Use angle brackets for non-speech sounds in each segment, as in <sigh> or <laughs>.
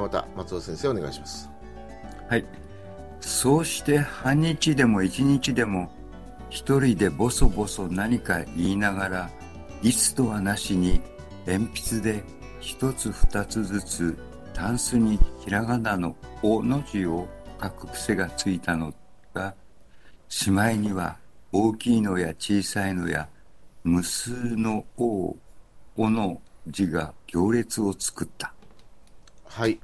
また松尾先生お願いしますはいそうして半日でも一日でも一人でボソボソ何か言いながらいつとはなしに鉛筆で一つ二つずつタンスにひらがなの「お」の字を書く癖がついたのがしまいには大きいのや小さいのや無数の「お」「お」の字が行列を作ったはい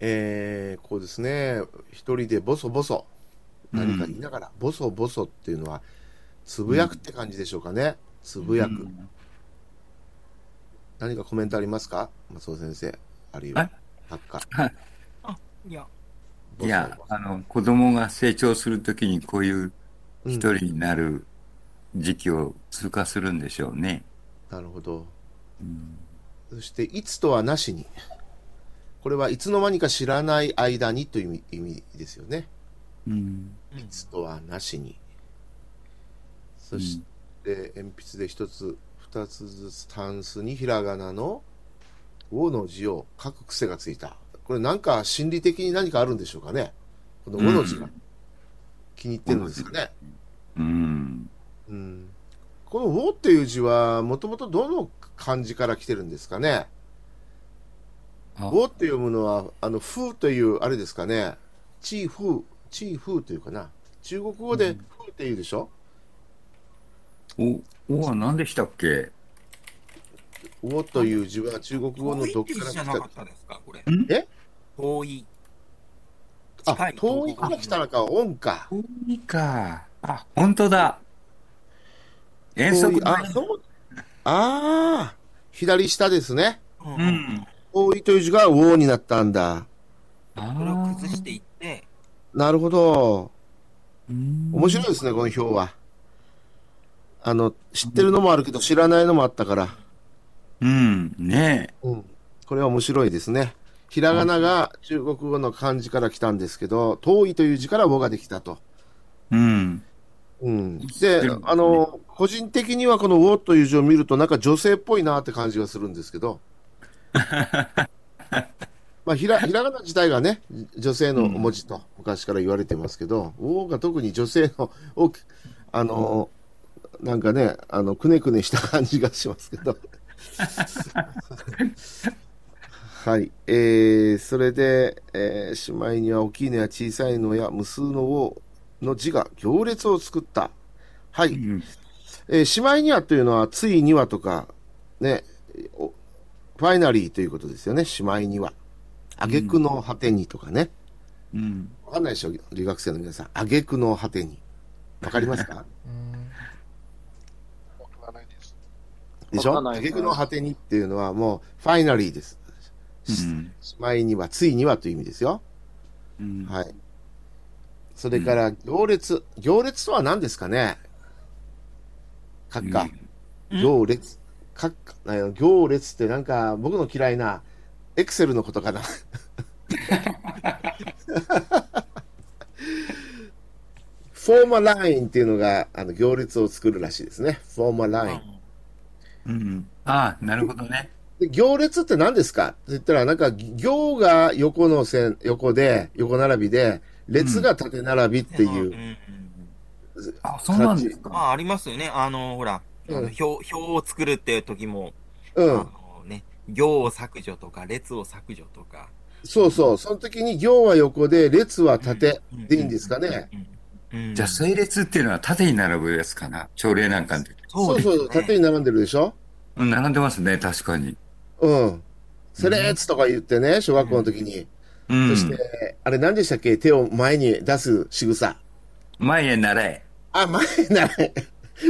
えー、こうですね一人でボソボソ何か言いながら、ボソボソっていうのはつぶやくって感じでしょうかね、つぶやく、うん何かコメントありますか松尾先生あるいは作家いや、いやあの子供が成長するときにこういううん一人になる時期を通過するんでしょうね、なるほどうんそして、いつとはなしに。これはいつの間にか知らない間にという意味意味ですよね。うんうんいつとはなしに。そして、鉛筆で一つ、二つずつタンスにひらがなの「を」の字を書く癖がついた。これなんか心理的に何かあるんでしょうかね。この「を」の字が気に入ってるんですかね。うんうん、この「を」っていう字はもともとどの漢字から来てるんですかね「あを」って読むのは「あの風」というあれですかね「チー風」「チー風」というかな中国語で「風」って言うでしょお、おは何でしたっけ「を」という字は中国語の遠いどっっていうか字らじゃ来なかたったですか、これ。え遠い。近あい遠いから来たのか「音」か遠いか。あ、本当だ。遠遠足いあそうあー左下ですねう。うんん。 「遠い」という字が「を」になったんだあこれを崩していって、なるほど面面白いですね、この表は。あの、知ってるのもあるけど、知らないのもあったから。うん、ねえ。うん。これは面白いですね。ひらがなが中国語の漢字から来たんですけど、遠いという字から語ができたと。うん。うん。ってるでんですね、あの、個人的にはこのウォという字を見ると、なんか女性っぽいなって感じがするんですけ <laughs> ど。まあ、ひら、ひらがな自体がね、女性の文字と昔から言われてますけど、ウォが特に女性の大き、あの、なんかね、あの、くねくねした感じがしますけ <laughs> ど。はい。えー、それで、えー、しまいには大きいのや小さいのや無数の王の字が行列を作った。はうい。んえー、しまいにはというのは、ついにはとか、ね、おファイナリーということですよね。しまいには。あげくの果てにとかね。うん。わかんないでしょ留学生の皆さん。あげくの果てに。わかりますかうんわからないです。でしょわかんないあげくの果てにっていうのはもう、ファイナリーです。うんしまいには、ついにはという意味ですよ。うん。はい。それから、行列。行列とは何ですかね書くか。うん行列。書くか。あの行列ってなんか、僕の嫌いな、エクセルのことか <laughs> な。フォーマラインっていうのが、あの、行列を作るらしいですね。フォーマライン。うん。あなるほどね。で行列って何ですかって言ったら、なんか、行が横の線、横で、横並びで、列が縦並びっていう、んんあ、そうなんですまか。あ、ありますよね。あの、ほら、あのうん表、表を作るって時も、うあん。のね、行を削除とか、列を削除とか。そうそう。その時に行は横で、列は縦うんでいいんですかね。うん。うんじゃあ、整列っていうのは縦に並ぶやつかな。朝礼なんかの時。そうそうそう。縦に並んでるでしょうん並んでますね、確かに。うん。セレーツとか言ってね、小学校の時に。うん。そして、あれ何でしたっけ手を前に出す仕草。前へ習え。あ、前習い。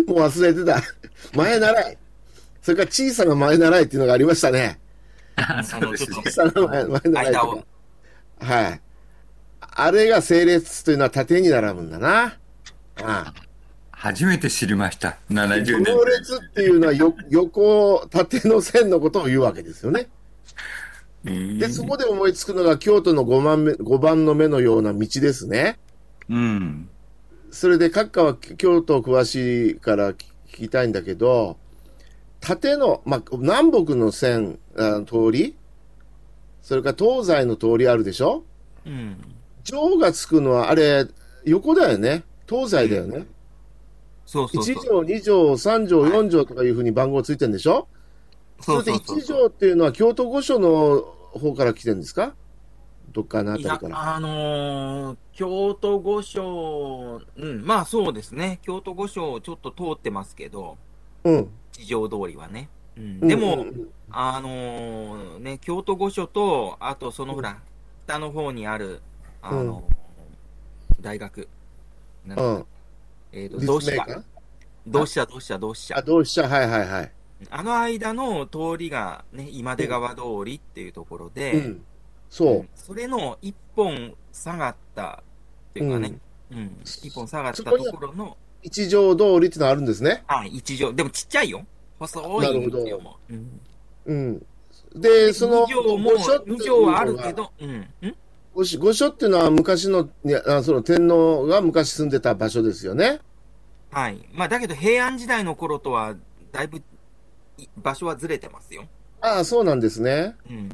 もう忘れてた。前習い。それから小さな前習いっていうのがありましたね。ああの、ちょっ <laughs> そう小でさなと、前前習い間とをか。。はい。あれが整列というのは縦に並ぶんだな。ああ。初めて知りま <laughs> した。70年。行列っていうのはよ <laughs> 横、縦の線のことを言うわけですよね。うんで、そこで思いつくのが京都の5番目、5番の目のような道ですね。うん。それで、閣下は京都詳しいから聞きたいんだけど、縦の、まあ、南北の線、あ通りそれから東西の通りあるでしょうん。上がつくのは、あれ、横だよね。東西だよね。そうそう1そう。条、2条、3条、4条とかいうふうに番号ついてるんでしょそうそそうれそでう1条っていうのは京都御所の方から来てるんですかどっかのあいたりやか、ら。あのー京都御所、うん、まあそうですね。京都御所をちょっと通ってますけど、うん。地上通りはね。うん、でも、うんうんあのーね、京都御所と、あとそのほら、北の方にある、あのー大学。なんうだん。えっ、と、同立志命社館。同志社、同志社、同志あ、社。同志社、はいはいはい。あの間の通りがね、今出川通りっていうところで、うん。そう。それの一本下がったっていうかね、うん、一本下がったところの、一条通りってのあるんですね。はい、一条、でもちっちゃいよ。細いんですよ、もう。うん、うん。で、その、二条も御所っていうの、二条はあるけど、うん、ん御所。御所っていうのは昔の、いやあその天皇が昔住んでた場所ですよね。はい。まあ、だけど平安時代の頃とは、だいぶ、い場所はずれてますよ。ああ、そうなんですね。うん。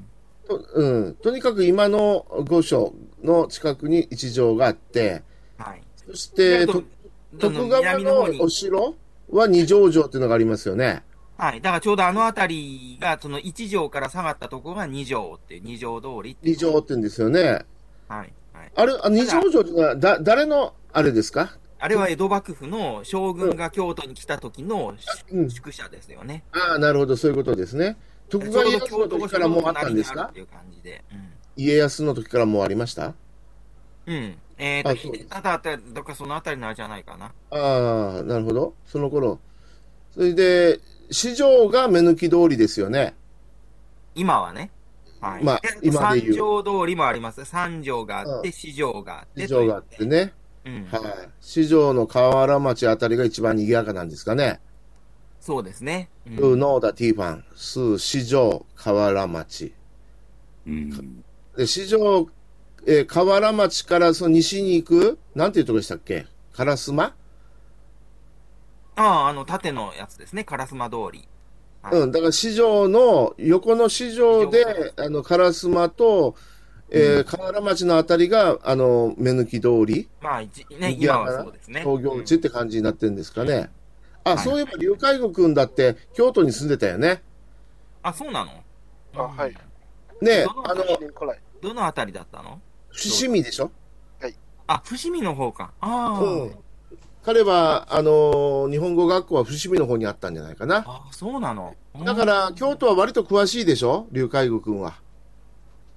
とうん、とにかく今の御所の近くに一条があって、はい。そしてあとと徳あ川南の方のにお城は二条城っていうのがありますよね。はい。だからちょうどあの辺りが、その一条から下がったところが二条っていう、二条通りっていう二条って言うんですよね。はい。はい。あれ、あ二条城っていうのはだ誰のあれですかあれは江戸幕府の将軍が京都に来た時のうん宿舎ですよね。ああ、なるほど、そういうことですね。ち徳ょう川家ど康の京都時御か所らもうあのった隣んにですあるかっていう感じで。家康の時からもうありましたうん。うん、えっ、あと、そうです秀忠って、どっかその辺りなんじゃないかな。ああ、なるほど。その頃。それで、市場が目抜き通りですよね。今はね。はい。まあ今で言う三条通りもあります。三条があっうて、四条があって。市場があってね。うん。はい。四条の河原町あたりが一番賑やかなんですかね。そうですね。うんルーノーダティーファン、スー、四条、河原町。うん。で、四条、えー河原町からその西に行く、なんていうとこでしたっけ烏丸ああ、あの、縦のやつですね。烏丸通り。はいうん。だから四条の、横の四条で、あの、烏丸と、えー河原町のあたりが、あの、目抜き通り、まあ、一ね、いや今はそうですね。東京地って感じになってるんですかね。あ、はいそういえば、龍海悟くんだって、京都に住んでたよね。あ、そうなのあ、はい。。ねどのあの、来ない。どの辺りだったの伏見でしょあ、伏見の方か。ああ。うん彼は、あのー日本語学校は伏見の方にあったんじゃないかな。あそうなの。だから、京都は割と詳しいでしょ龍海悟くんは。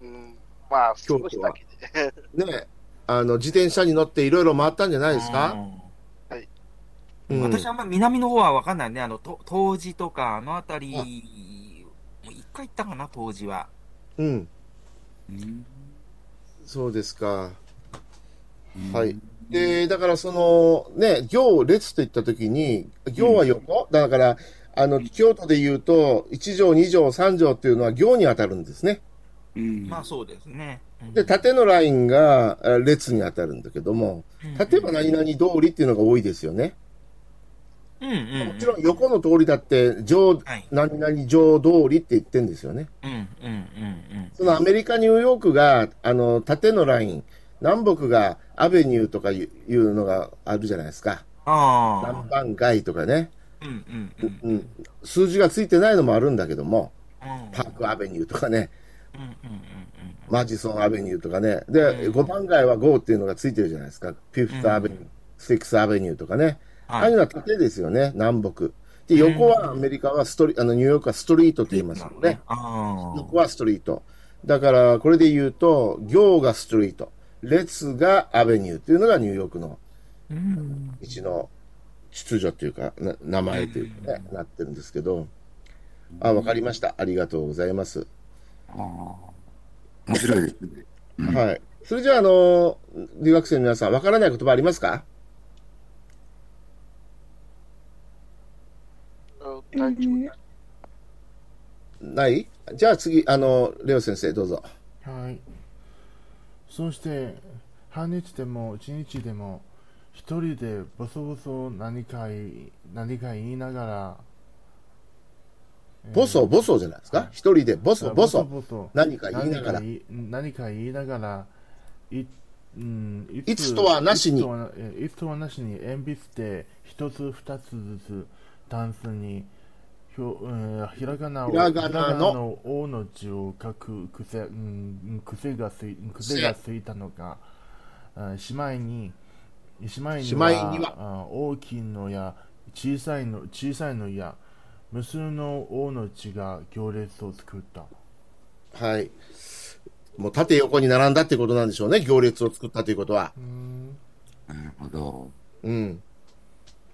うん。まあ、京少し都だはけで。ねえあの、自転車に乗っていろいろ回ったんじゃないですうかんうん。私あんま南の方は分かんないね。あの、と東寺とか、あの辺り、もう一回行ったかな、東寺は。うん。うんそうですか。はい。で、だからその、ね、行列といったときに、行は横、だから、あの、京都で言うと、1条、2条、3条っていうのは行に当たるんですね。うん。まあそうですね。うんで、縦のラインがあ列に当たるんだけども、例えば何々通りっていうのが多いですよね。うんうんうん。もちろん横の通りだって、上、はい。何々上通りって言ってんですよね。うんうんうんそのアメリカ、ニューヨークが、あの、縦のライン、南北がアベニューとかいういうのがあるじゃないですか。うん。あ南蛮街とかね。あ。うんうんうん。うん。数字がついてないのもあるんだけども、うんパークアベニューとかね、うんうんうんうん。マジソンアベニューとかね。で、うん5番街は5っていうのがついてるじゃないですか。フィフスアベニュー、シックスアベニューとかね。ああはいいうのは縦ですよね、南北。で、横はアメリカはストリ、あの、ニューヨークはストリートと言いますよね。。あ横はストリート。だから、これで言うと、行がストリート、列がアベニューっていうのがニューヨークのあ。うん。道の秩序というか、な名前というかね、なってるんですけど。あ、わかりました。ありがとうございます。ああ。面白い <laughs> ですね。うんはい。それじゃあ、あの、留学生の皆さん、わからない言葉ありますかうん大丈夫。ないじゃあ次、あの、レオ先生、どうぞ。はい。そして、半日でも一日でも、一人でボソボソ何かい、何か言いながら、ボソボソじゃないですか。一人でボソボソ。ボソ何か言いながら。何か言いながら、いうんいいつとはなしにいつとはえいつとはなしに鉛筆で一つ二つずつタンスにひょ、うん、ひらがなをひらがなのひらの「お」の字を書く癖,、うん、癖がつい癖がついたのか、あしまいにしまいにはしまいにはあ大きいのや小さいの小さいのや無数の王の血が行列を作った。はい。もう縦横に並んだってことなんでしょうね。行列を作ったということは。なるほど。うん。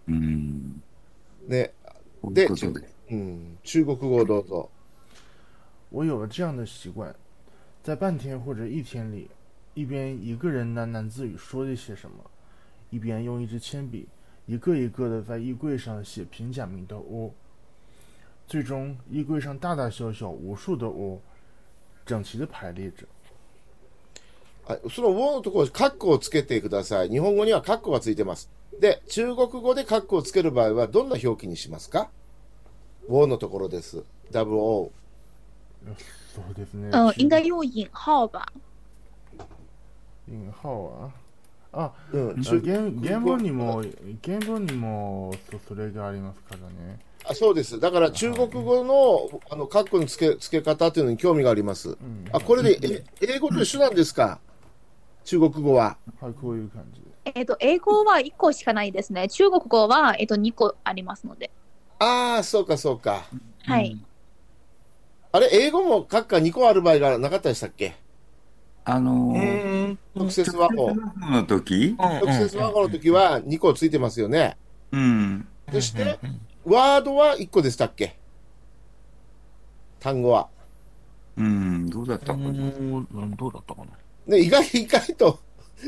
うん。ね。こういでうことで。うん。中国語をどうぞ。我有了这样的习惯，在半天或者一天里，一边一个人喃喃自语说了些什么，一边用一支铅笔一个一个的在衣柜上写平假名的“哦”。最终，衣柜上大大小小无数的“哦”，整齐的排列着。あその「を」のところ、カッコをつけてください。日本語にはカッコがついてます。で、中国語でカッコをつける場合は、どんな表記にしますか「を」のところです。WO。そうですね。嗯，去应该用引号吧？引号啊啊！うん。あ原原文にも原文にもそうそれがありますからね。あそうです。だから、中国語の、あの、カッコのつけ、つけ方というのに興味があります。うん、あ、これで、え英語と一緒なんですか中国語は。はいこういう感じで。えっ、と英語は一個しかないですね。 <laughs> 中国語はえっ、と二個ありますので。ああ、そうか、そうか。はい。あれ、英語もカッカ2個ある場合がなかったでしたっけあのーえ直接和法。の時直接和法の時は2個ついてますよね。うん。そして、ワードは1個でしたっけ単語は。うん。どうだったかな。どうだったかなね、意外、意外と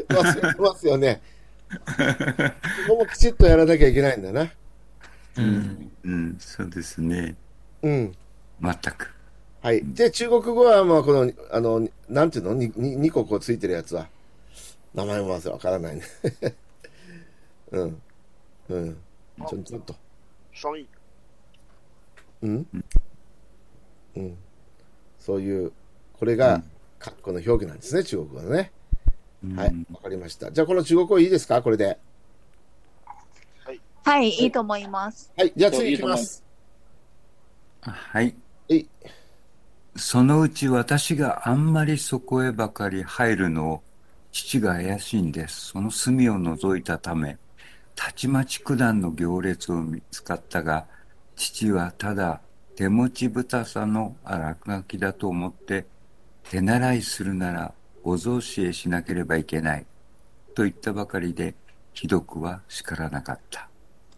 忘れてますよね。ここもきちっとやらなきゃいけないんだな。うん。うん。そうですね。うん。全く。はい。で、中国語は、まあ、この、あの、なんていうのにに ?2 個こうついてるやつは。名前もまずわからないね。 <laughs> うん。うん。ちょ、ちょっと。双翼うん。うん。そういう、これが、括弧の表記なんですね、中国語のね。はういん。わかりました。じゃあ、この中国語いいですかこれで。はい、いいと思います。はい。じゃあ、次いきます。はい。はい。そのうち私があんまりそこへばかり入るのを父が怪しいんです。その隅を覗いたため、たちまち九段の行列を見つかったが、父はただ手持ち豚さの荒書きだと思って、手習いするならお雑誌へしなければいけない。と言ったばかりで、ひどくは叱らなかった。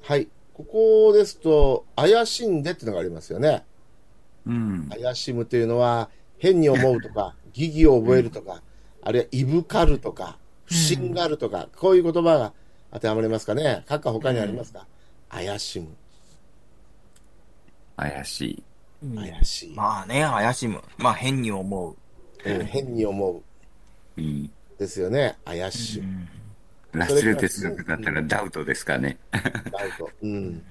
はい。ここですと、怪しんでっていうのがありますよね。うん。怪しむというのは、変に思うとか、疑義を覚えるとか、あるいはいぶかるとか、不信があるとか、こういう言葉が当てはまりますかね。かっか他にありますか、怪しむ、怪しい。うん怪しい、まあね、怪しむ。まあ変に思う。うん変に思う。うん。ですよね。怪しむ。ラスレ哲学だったらダウトですかね。ダウト。うん。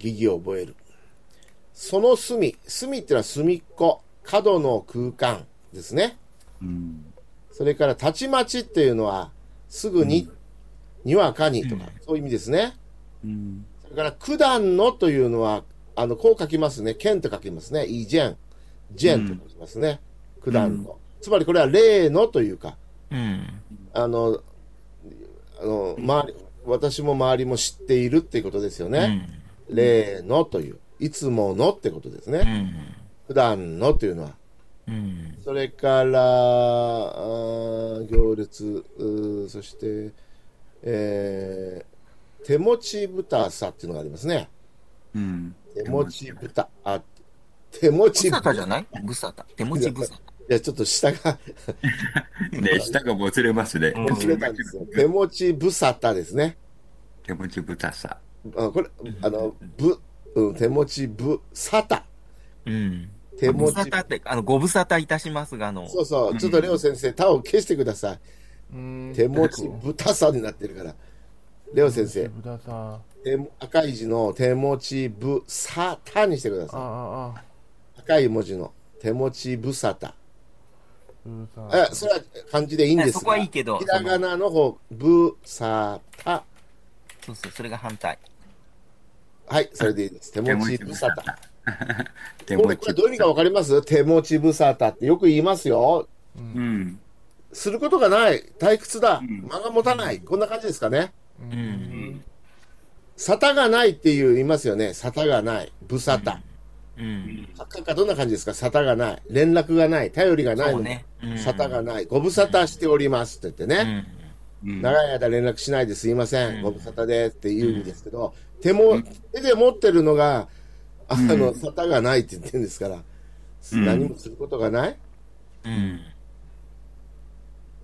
疑義を覚える。その隅。隅ってのは隅っこ。角の空間ですね。うん。それから、たちまちっていうのは、すぐに、にわかにとか、そういう意味ですね。うんそれから、九段のというのは、あの、こう書きますね。剣と書きますね。イジェン。ジェンと書きますね。九段の。つまりこれは例のというか、うん。あの、あの、周り、私も周りも知っているっていうことですようね。ん。例のという。いつものってことですうね。ん。九段のというのは。うん。それから、あー行列、うーそして、えー、手持ち豚さっていうのがありますね。うん。手持ち豚。あ、手持ブちサ豚。タじゃないブサタ。手持ちブサタ。いや、ちょっと下がね、舌がもつれますね。忘れたんですよ。手持ちぶさたですね。手持ち豚さ。あこれ、あの、ぶ、うん、手持ちぶさた。うん。手ブ持サち。タって、あの、ご無沙汰いたしますが、あの、そうそう。ちょっとレオ先生、他を消してください。うん手持ち豚さになってるから。レオ先生、豚さん手も赤い字の手持ちぶさたにしてくだあさああい。赤い文字の手持ちぶさた。うさえ、それは漢字でいいんですがそこはいいけどひらがなの方、ぶさた。そうそう、それが反対。はい、それでいいです。手手持持ちちぶ無さ沙た。汰。手これ持これちどういう意味かわかります手持ちぶさたってよく言いますよ。うん。することがない。退屈だ。ん間が持たない。こんな感じですかね。うんうん。沙汰がないっていう言いますよね。沙汰がない。ぶさた。うん。サッカーかどんな感じですか沙汰がない。連絡がない。頼りがないそうのね。うん沙汰がない。ご無沙汰しておりますって言ってうね。ん。うん長い間連絡しないですいません。うんご無沙汰でって言うんですけど、手も、手で持ってるのが、あの、沙汰がないって言ってるんですから、ん何もすることがない。うん。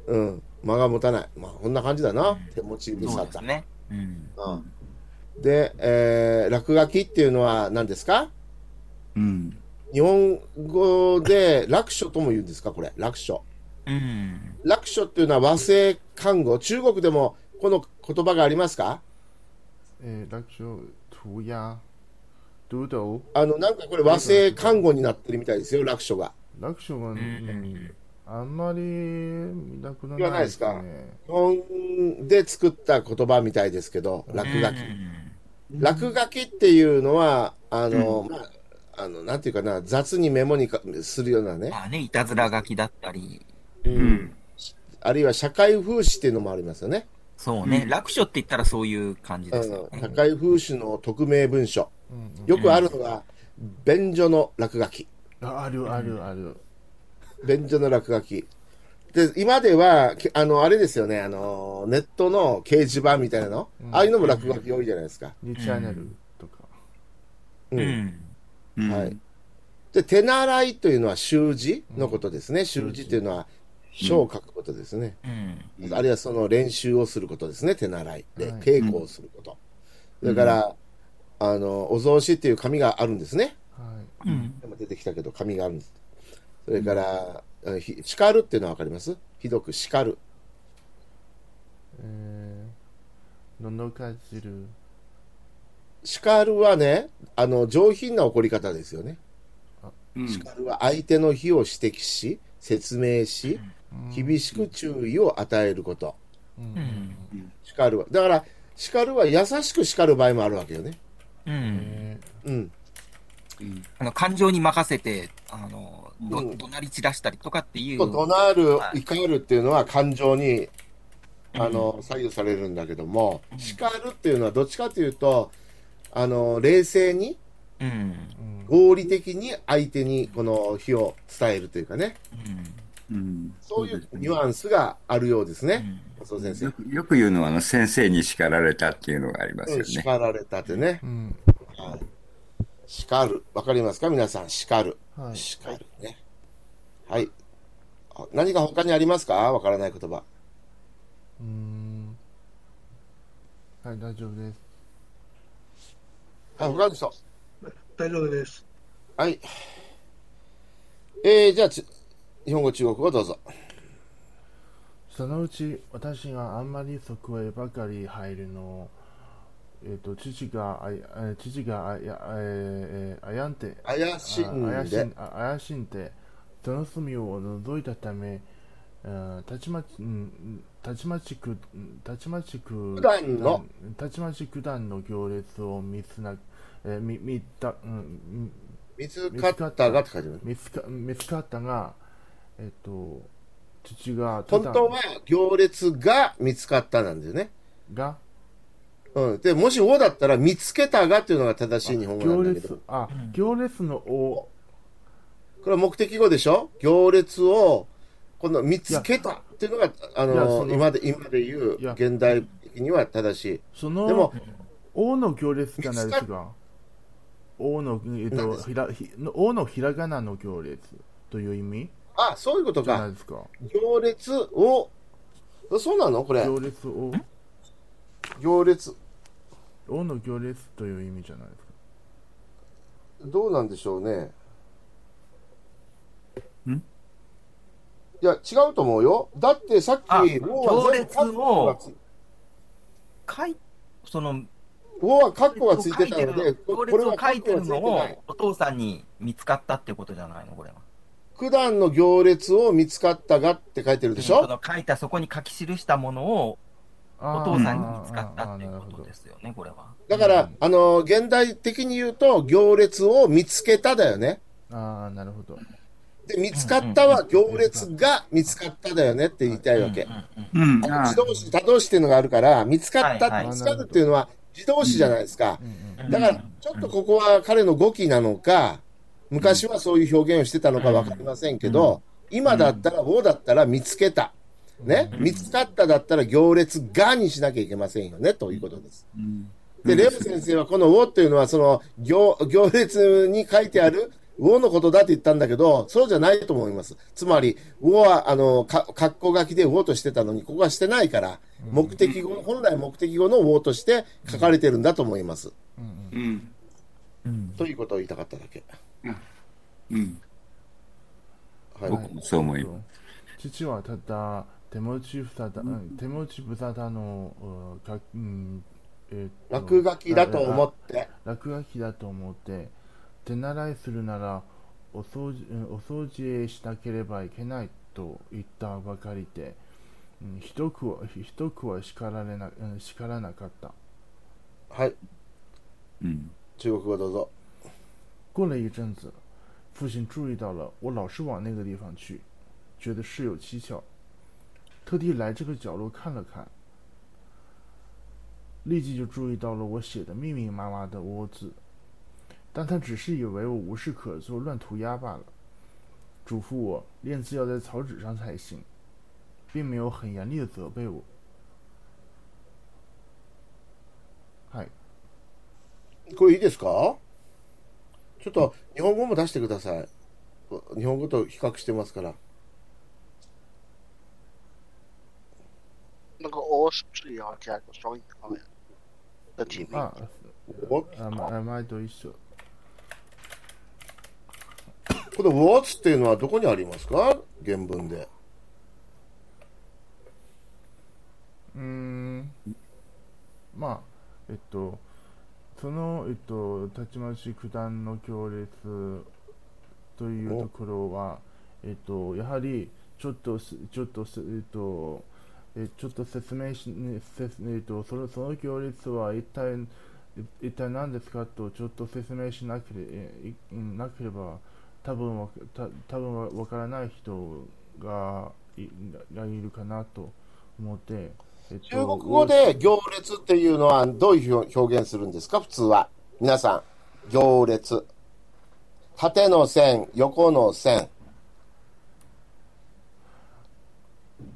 うん。間が持たない。まあ、こんな感じだな。手持ち無沙そうで汰。すね。うん。うんで、えー落書きっていうのは何ですかうん。日本語で楽書とも言うんですかこれ。楽書。うん。楽書っていうのは和製看護。中国でもこの言葉がありますかえー、楽勝涂鸦、读斗、あの、なんかこれ和製看護になってるみたいですよ、楽書が。楽勝が、ううんん、あんまり見たくな言わないいですかね。日本で作った言葉みたいですけど、落書き。落書きっていうのは、あの、まあ、あの、なんていうかな、雑にメモにかするようなね、まあね、いたずら書きだったり。うん。あるいは社会風刺っていうのもありますよね。そうね。楽勝って言ったらそういう感じうですよん、社ね。会風刺の匿名文書。うん、よくあるのが、便所の落書き。ああるあるある。便所の落書き。で、今では、けあの、あれですよね、あの、ネットの掲示板みたいなの、うんああいうのも落書き多いじゃないですか。 2チャンネルとか。う。うんん。うんはい。。で、手習いというのは習字のことですね。習字というのは書を書くことですね。うん。うんあるいはその練習をすることですね。手習いではい稽古をすること。それから、あの、お雑誌っていう紙があるんですね。はい。うん。今出てきたけど紙があるんです。それから、あひ叱るっていうのはわかりますひどく叱る。えー、ののかじる。叱るはね、あの、上品な怒り方ですよね。うん叱るは相手の非を指摘し、説明し、厳ししく注意を与えること。い。ううんん。叱るは。だから、叱るは優しく叱る場合もあるわけよね。うん。えうん。あの、感情に任せて、あの、どうん怒鳴り散らしたりとかっていう。怒鳴るは、い怒るっていうのは感情に、あの、左右されるんだけども、叱るっていうのはどっちかというと、あの、冷静に、うん。ーうん合理的に相手にこの非を伝えるというかね、うん。うんそういうニュアンスがあるようですね。松尾先生よ。くよく言うのは、あの、先生に叱られたっていうのがありますようんね。叱られたってねう。ん。はい叱る。わかりますか皆さん、叱る。はい。叱るね。はい。あ何か他にありますかわからない言葉。うーん。はい、大丈夫です。あ、他の人。大丈夫です。はい。えー、じゃあち、日本語、中国語どうぞ。そのうち私があんまりそこへばかり入るのを、えっ、と、父があい、えー父があや、えーえー、あやんて、怪しんあ怪しでん。あ怪しんでその隅を覗いたため、うんたちまち、うんたちまちく、うんたちまちく、九段のたちまち九段の行列を見つな、えーみ見た、うん、見つかったがって書いてある。見つか、見つかったが、えっ、と、父が、本当は行列が見つかったなんだよね。が、うん。で、もし語だったら、見つけたがっていうのが正しい日本語な行んだけど列。、あ、行列のお、これは目的語でしょ行列を、この見つけたっていうのが、あいやのそ、の今で、今で言ういや、現代的には正しい。そでもの、、おの行列じゃないで見すか。おの、え何っでと、すかひら、ひ、のおのひらがなの行列という意味あ、そういうことじゃないか。ですか。行列を、そうなのこれ。行列を、行列。おの行列という意味じゃないですか。どうなんでしょうね。んいや、違うと思うよ。だってさっあき、もうは全部行列を各国がつかい、その、おはカッコがついてたので、行こ列れをはカ書いッコてがるついてのないを。お父さんに見つかったってことじゃないのこれは。普段の行列を見つかったがって書いてるでしょその書いたそこに書き記したものをお父さんに見つかったっていうことですよね、これは。だかうらん、あの、現代的に言うと、行列を見つけただよね。あーなるほどあーなるほどで、見つかったは行列が見つかっただよねって言いたいわけうん。うんうんうん、あ自動詞、他動詞っていうのがあるから、見つかった、はいはい見つかるっていうのは自動詞じゃないですかう。んうんうんだから、ちょっとここは彼の語気なのか、昔はそういう表現をしてたのかわかりませんけど、今だったら、をだったら見つけた。ね。うん見つかっただったら行列がにしなきゃいけませんよね、ということです。うんで、レオ先生はこの「を」というのは、その行行列に書いてある「を」のことだって言ったんだけど、そうじゃないと思います。つまり、「を」は、あの、か格好書きで「を」としてたのに、ここはしてないから、目的語、本来目的語の「を」として書かれてるんだと思います。うんうんうんうんということを言いたかっただけ。うんはい。僕もそう思います。父はただ手持ちふただ、うん、手持ちぶただのうんかうんえーっと落書きだと思って、落書きだと思って手習いするならお掃除うんお掃除へしなければいけないと言ったばかりで、うん、ひどくはひどくは叱られな、うん、叱らなかったはい。うん中国語どうぞ。过了一阵子，父亲注意到了我老是往那个地方去，觉得事有蹊跷，特地来这个角落看了看，立即就注意到了我写的密密麻麻的“窝”字，但他只是以为我无事可做，乱涂鸦罢了，嘱咐我练字要在草纸上才行，并没有很严厉的责备我。嗨，これいいですかちょっと日本語も出してください。日本語と比較してますから。那个 o 是不是也要加一个双引号呀？的题目。啊，お啊，麦麦都一緒。この what's っていうのはどこにありますか原文で。うーんまあえっとそのえっとたちまち九段の行列というところはえっとやはりちょっとすちょっとすえっとえちょっと説明し、ね説えっと、そのその行列は一体一体何ですかとちょっと説明しなけれえいなければ多分わた多分わわからない人がいがいるかなと思って、えっと中国語で行列っていうのはどういう表表現するんですか普通は。皆さん、行列。縦の線、横の線。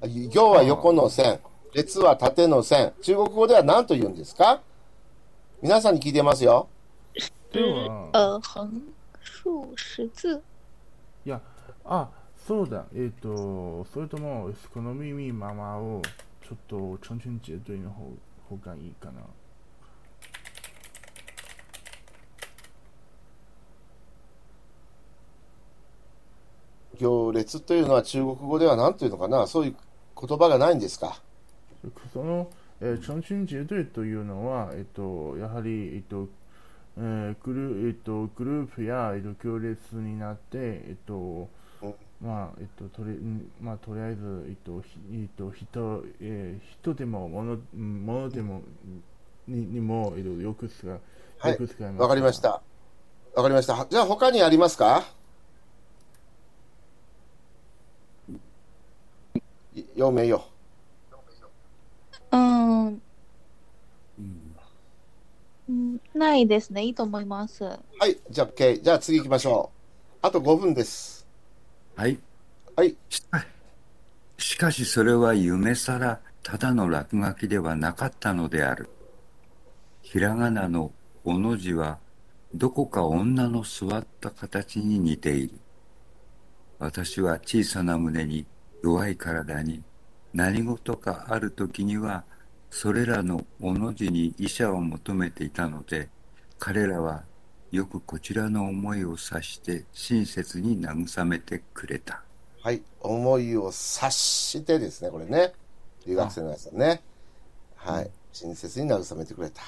行は横の線。列は縦の線。中国語では何と言うんですか皆さんに聞いてますよ。では、呃，横竖十字。いや、あ、そうだ、えっ、と、それとも、このミミママを、ちょっと、成群結隊の方方がいいかな。行列というのは中国語では何というのかなそういう言葉がないんですかその、えー、チョンチュンジェドイというのは、えっと、やはり、えっと、えーグルえっと、グループや、えっと、行列になって、えっとうん、まあ、えっと、とり、んまあ、とりあえず、えっと、ひえっと、人、えー人でも、もの、んものでも、に、にも、えっと、よく使う、はいよく使います。わかりまし。た。わかりました。じゃあ他にありますかい読めよ。嗯嗯，ないですね。いいと思います。はい、じゃあ OK。じゃあ次行きましょう。あと5分です。はい。はい。しかしかしそれは夢さらただの落書きではなかったのである。ひらがなの「お」の字はどこか女の座った形に似ている。私は小さな胸に弱い体に何事かある時にはそれらの「お」の字に医者を求めていたので彼らはよくこちらの思いを察して親切に慰めてくれた。はい。思いを察してですね、これね。留学生の皆さんね。はい。親切に慰めてくれた。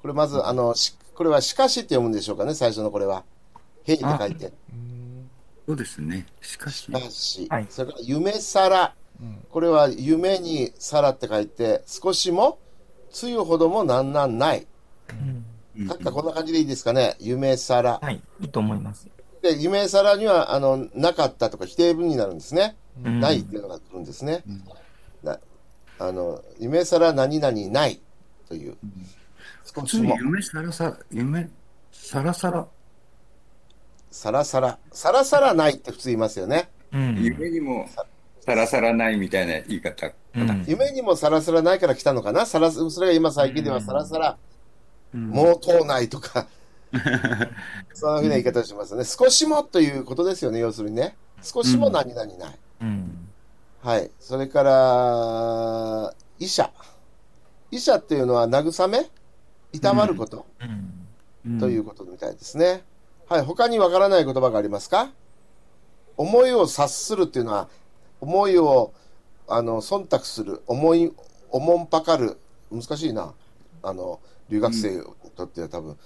これまず、あの、しこれはしかしって読むんでしょうかね、最初のこれは。へいって書いて。うんそうですね。しかしし、かしはい。それから、夢さら。うんこれは、夢にさらって書いて、少しも、つゆほどもなんなんない。うんなんかこんな感じでいいですかね。夢さら。はい、いいと思います。で、夢さらには、あの、なかったとか否定文になるんですね。うんないっていうのが来るんですね。んなあの、夢さら何々ないという。少普し通にも、夢さらさら、夢さらさら、さらさら。さらさらないって普通言いますよね。うん。夢にもさらさらないみたいな言い方。うん夢にもさらさらないから来たのかな。さらす、それが今最近ではさらさら、うんもう党内とか、そんなふうな言い方をしますね。少しもということですよね、要するにね。少しも何々ない。うん。はい。それから、医者。医者っていうのは慰め痛まること、うん。うんということみたいですね。はい。他にわからない言葉がありますか思いを察するっていうのは、思いを、あの、忖度する、思い、おもんぱかる。難しいな。あの、留学生にとっては多分、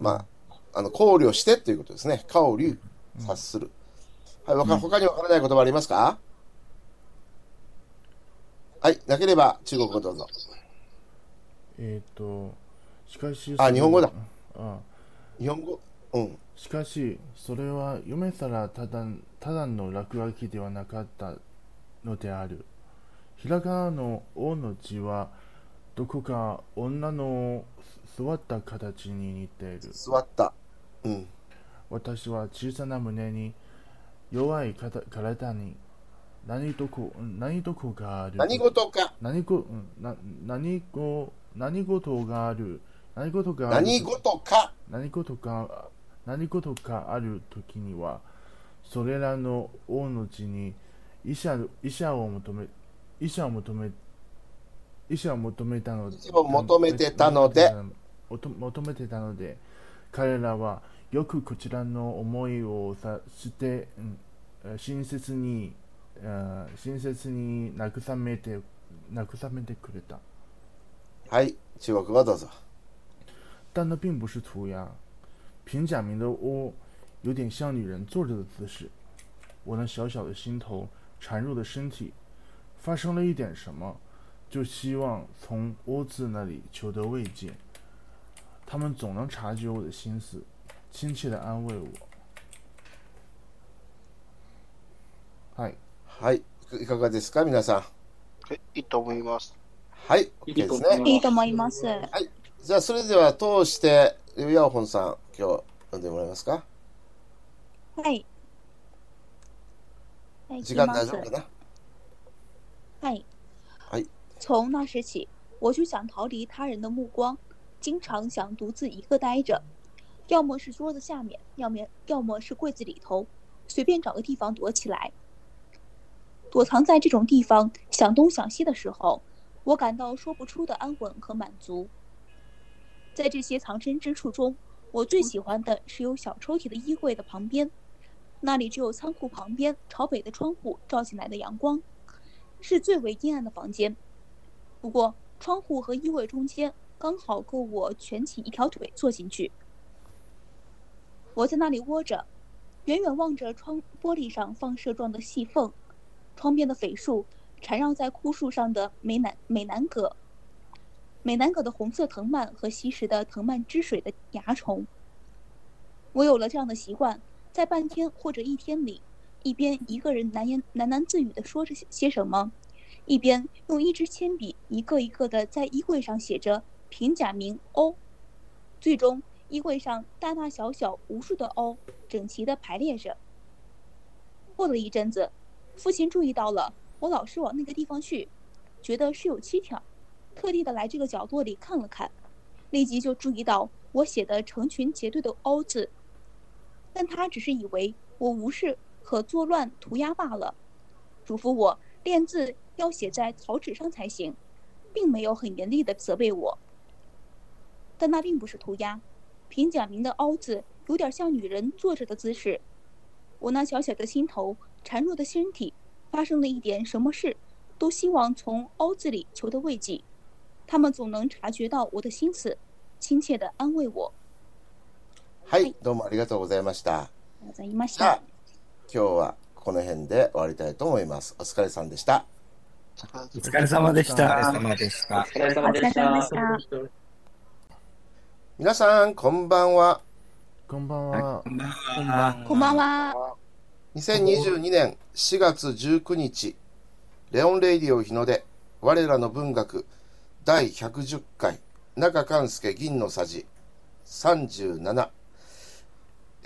まあ、あの、考慮してっていうことですね。考慮、察する。はい。わか、他にわからない言葉ありますか、はい。なければ、中国語どうぞ。えっ、としかしあ日本語だあ日本語、うん。しかしそれは夢さらただただの落書きではなかったのであるひらがなの「お」の字はどこか女の座った形に似ている座った。うん。私は小さな胸に弱いかた体に何とこ何とこがある何事か。何こうんな何こ何事がある何事がある何事か。何事か何事かある時にはそれらの王の地に医者医者を求め医者を求め医者を求めたので者を求めてたのでおと求めてたので彼らはよくこちらの思いを察して、うんえー親切に、うん親切に慰めて慰めてくれた。はい。中国語どうぞ。但那并不是涂鸦。平假名的“喔”有点像女人坐着的姿势。我那小小的心头，孱弱的身体，发生了一点什么，就希望从“喔”字那里求得慰藉。他们总能察觉我的心思，亲切地安慰我。嗨，はい。いかがですか、皆さん。はいいいと思います。はい。OK ですね。いいと思います。じゃあ、それでは通して、ヤオホンさん、今日読んでもらえますかはい。はい時間大丈夫かな嗨哎从那时起，我就想逃离他人的目光，经常想独自一个待着，要么是桌子下面，要么要么是柜子里头，随便找个地方躲起来。躲藏在这种地方想东想西的时候，我感到说不出的安稳和满足。在这些藏身之处中，我最喜欢的是有小抽屉的衣柜的旁边，那里只有仓库旁边朝北的窗户照进来的阳光。是最为阴暗的房间。不过，窗户和衣柜中间刚好够我蜷起一条腿坐进去。我在那里窝着，远远望着窗玻璃上放射状的细缝，窗边的榧树，缠绕在枯树上的美南美南葛，美南葛的红色藤蔓和吸食的藤蔓汁水的蚜虫。我有了这样的习惯，在半天或者一天里，一边一个人喃言喃喃自语地说着些什么，一边用一支铅笔一个一个地在衣柜上写着平假名“欧”。最终，衣柜上大大小小无数的“欧”整齐地排列着。过了一阵子，父亲注意到了我老是往那个地方去，觉得是有蹊跷，特地的来这个角落里看了看，立即就注意到我写的成群结队的“欧”字。但他只是以为我无事可作乱涂鸦罢了，嘱咐我练字要写在草纸上才行，并没有很严厉的责备我。但那并不是涂鸦，平假名的“凹”字有点像女人坐着的姿势。我那小小的心头，孱弱的身体，发生了一点什么事，都希望从“凹”字里求得慰藉。他们总能察觉到我的心思，亲切地安慰我。ははいい、どうもありがとうございました。ありがとうございましじゃあた。、今日はこの辺で終わりたいと思います。お疲れさんでした。お疲れ様でした。お疲れ様でした。お疲れ様でしお疲れ様でたし。た皆さん、こんばんは。こんばんは。こんばんはこんばんは。 2022年4月19日、レオンレイディオ日の出、我らの文学、第110回、中勘介銀のさじ、37。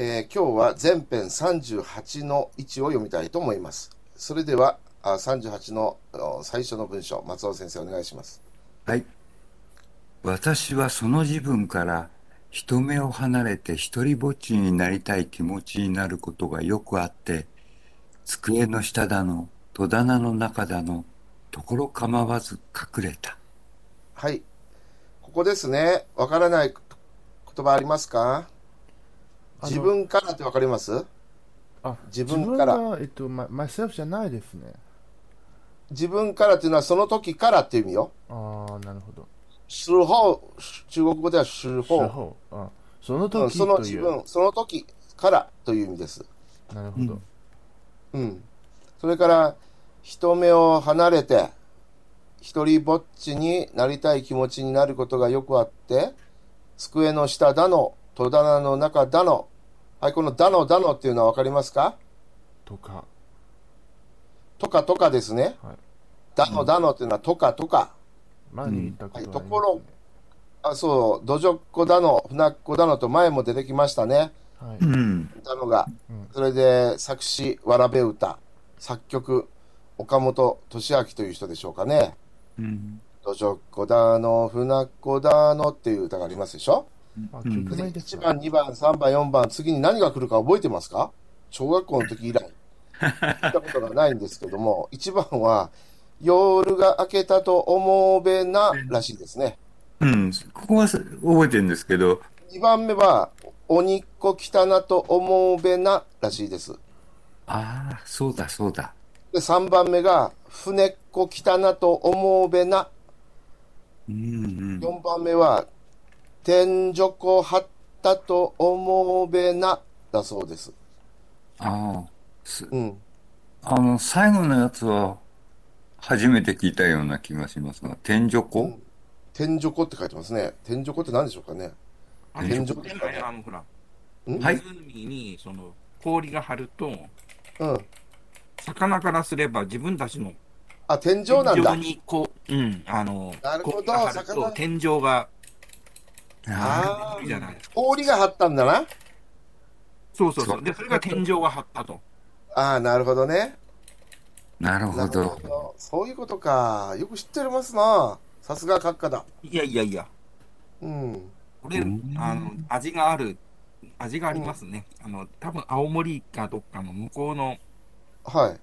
えー今日は全編38の1を読みたいと思います。それでは、あ38のお最初の文章、松尾先生お願いします。はい。私はその自分から人目を離れて一人ぼっちになりたい気持ちになることがよくあって、机の下だの、戸棚の中だの、ところ構わず隠れた。はい。ここですね。わからない言葉ありますかあの自分からってわかりますあ自分から自分がえっと、ま、myself じゃないですね。自分からっていうのはその時からっていう意味よ。ああ、なるほど。する方、中国語ではする時方、候。あそのうん時そのと自いう。分、その時からという意味です。なるほど。うん。それから、人目を離れて、一人ぼっちになりたい気持ちになることがよくあって、机の下だの、戸棚の中だの、はい、このだのだのっていうのはわかりますかとか。とかとかですね。はいだのだのっていうのはとかとか。前に言ったことはいところあ、そう、土壌っ子だの、船っ子だのと前も出てきましたね。ありますね。はい。うん。たのがうん、それで作詞、わらべ歌、作曲、岡本俊明という人でしょうかね。うん。どじょっこだの、ふなっこだのっていう歌がありますでしょ、あ、うん曲で名です1か番、2番、3番、4番、次に何が来るか覚えてますか小学校の時以来。聞いたことがないんですけども、1番 <laughs> は、夜が明けたと思うべならしいですね。うん。ここは覚えてるんですけど、 2番目は、鬼っ子来たなと思うべならしいです。ああ、そうだそうだ。で、3番目が、船っこ来たなと思うべな。うんうん。 4番目は、天井こ張ったと思うべな。だそうです。ああ、すうん。あの、最後のやつは、初めて聞いたような気がしますが、天女う子ん天井こって書いてますね。天井こって何でしょうかね。あ天井ちょっと待ってあのほら、うんはい湖にその氷が張ると、うん。魚からすれば自分たちのあ、天井なんだ天井。にこう、うん、あの、なるほど氷が張ると魚天井がああいいじあ、ゃないですか。氷が張ったんだな。そうそうそう。で、それが天井が張ったと。ああ、なるほどね。あ、なるなほるどほ。ど。そういうことか。よく知ってますな。さすが閣下だ。いやいやいや、うん。これ、うんあの、味がある、味がありますね。あの、多分青森かどっかの向こうのはい。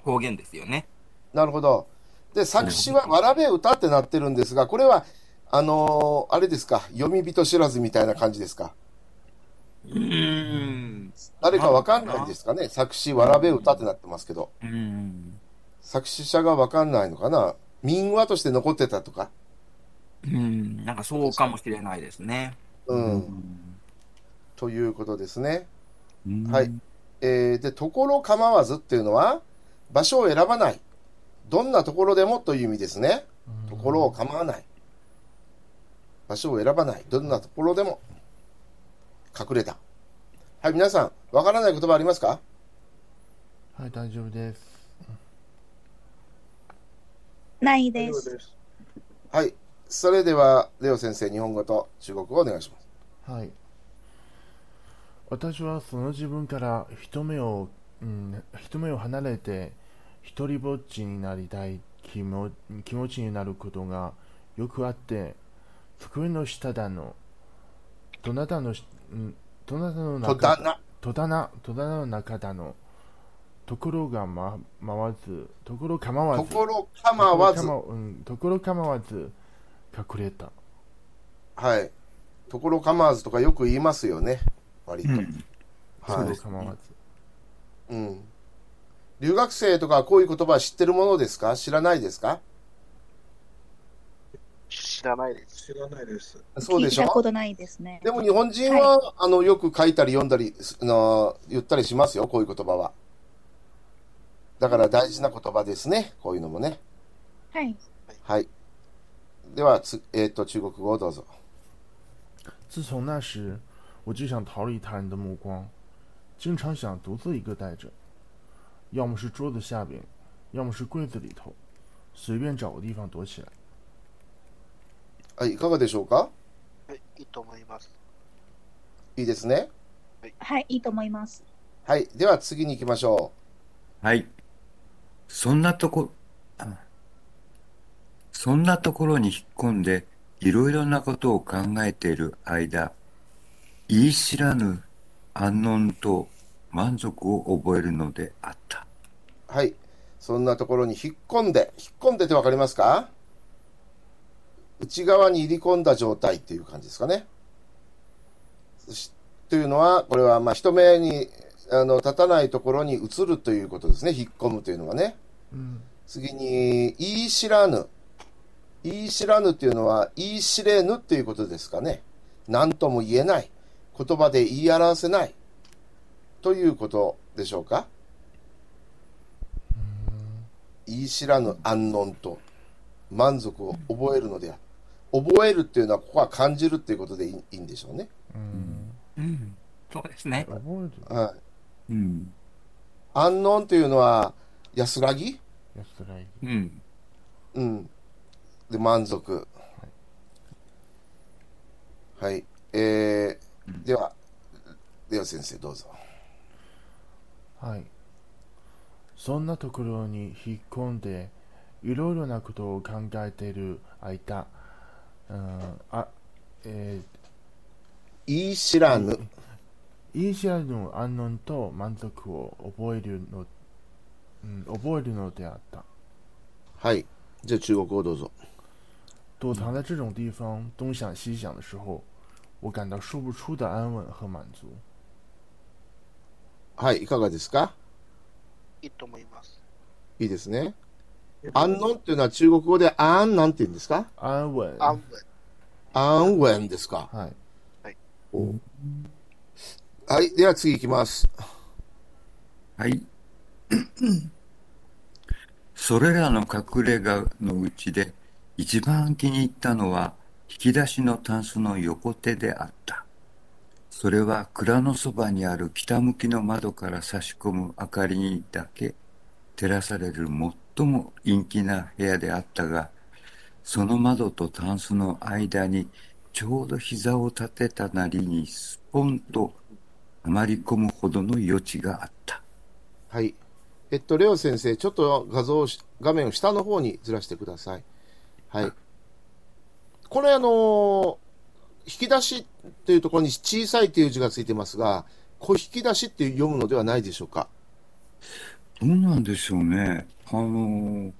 方言ですよね。なるほど。で、作詞はわらべ歌ってなってるんですが、これは、あのーあれですか、読み人知らずみたいな感じですか。うーん。誰かわかんないんですかね、作詞わらべ歌ってなってますけど、うーん。作詞者がわかんないのかな、民話として残ってたとか。うん。なんかそうかもしれないですね。うん、ということですね。うんはい。えーで、ところ構わずっていうのは、場所を選ばない。どんなところでもという意味ですね。ところを構わない。場所を選ばない。どんなところでも。隠れた。はい、皆さん、わからない言葉ありますかはい、大丈夫です。ない大で丈夫す。です。はい。それでは、レオ先生、日本語と中国語をお願いします。はい。私はその自分から人目を、うん、人目を離れて一人ぼっちになりたい気も気持ちになることがよくあって机の下だのどなたのし、うん、どなたのと中だな。戸棚戸棚の中だのところが、ま、回ずところ構わとずころ構わとずこ。ろ構わうん、ところ構わず隠れたはい。ところ構わずとかよく言いますよね。割と。うんとこはろい。構わずうん。留学生とかこういう言葉は知ってるものですか知らないですか知知らないです。知らないです。そうでし聞いたこょとないですね。でも日本人は、あのよく書いたり読んだりすあの言ったりしますよこういう言葉はだから大事な言葉ですねこういうのもねはい。はいではつ、えー、と中国語をどうぞ自从那时，我就想逃离他人的目光，经常想独自一个待着，要么是桌子下边，要么是柜子里头，随便找个地方躲起来。はいいかがでしょうかはい、いいと思います。いいですねはい、いいと思います。はいでは次に行きましょはい。そんなとこ、あそんなところに引っ込んで、いろいろなことを考えている間、言い知らぬ安穏と満足を覚えるのであった。うはいそんなところに引っ込んで引っ込んでってわかりますか内側に入り込んだ状態っていう感じですかねそしというのはこれはまあ人目にあの立たないところに移るということですね引っ込むというのはね嗯次に、言い知らぬ。言い知らぬっていうのは、言い知れぬっていうことですかね。何とも言えない。言葉で言い表せない。ということでしょうか。言い知らぬ安穏と満足を覚えるのである。覚えるっていうのは、ここは感じるっていうことでいいいいんでしょうね。う嗯，ん。そうですね。嗯我不会读はい。うん。安穏というのは、安らぎ要死来一个うん。うん。で、満足。はい。えー、では、では先生、どうぞ。はい。そんなところに引っ込んで、いろいろなことを考えている間、うん、あ、え言い知らぬ。ー、イーシャルの安穏と満足を覚えるの、うん、覚えるのであった。はい。じゃあ、中国語どうぞ。躲藏在这种地方东想西想的时候，我感到说不出的安稳和满足。はい。いかがですかいいと思います。いいですね。安穏っていうのは中国語で、あんなんて言うんですか安稳，安稳。安穏ですか。はい。はい。では、次行きます。はい。 <coughs> それらの隠れ家のうちで一番気に入ったのは引き出しのタンスの横手であった。それは蔵のそばにある北向きの窓から差し込む明かりにだけ照らされる最も陰気な部屋であったが、その窓とタンスの間にちょうど膝を立てたなりにスポンとはまり込むほどの余地があった。はい。えっと、レオ先生、ちょっと画像をし、画面を下の方にずらしてください。はい。これ、あのー引き出しというところに小さいという字がついてますが、小引き出しって読むのではないでしょうか。どうなんでしょうね。あのー、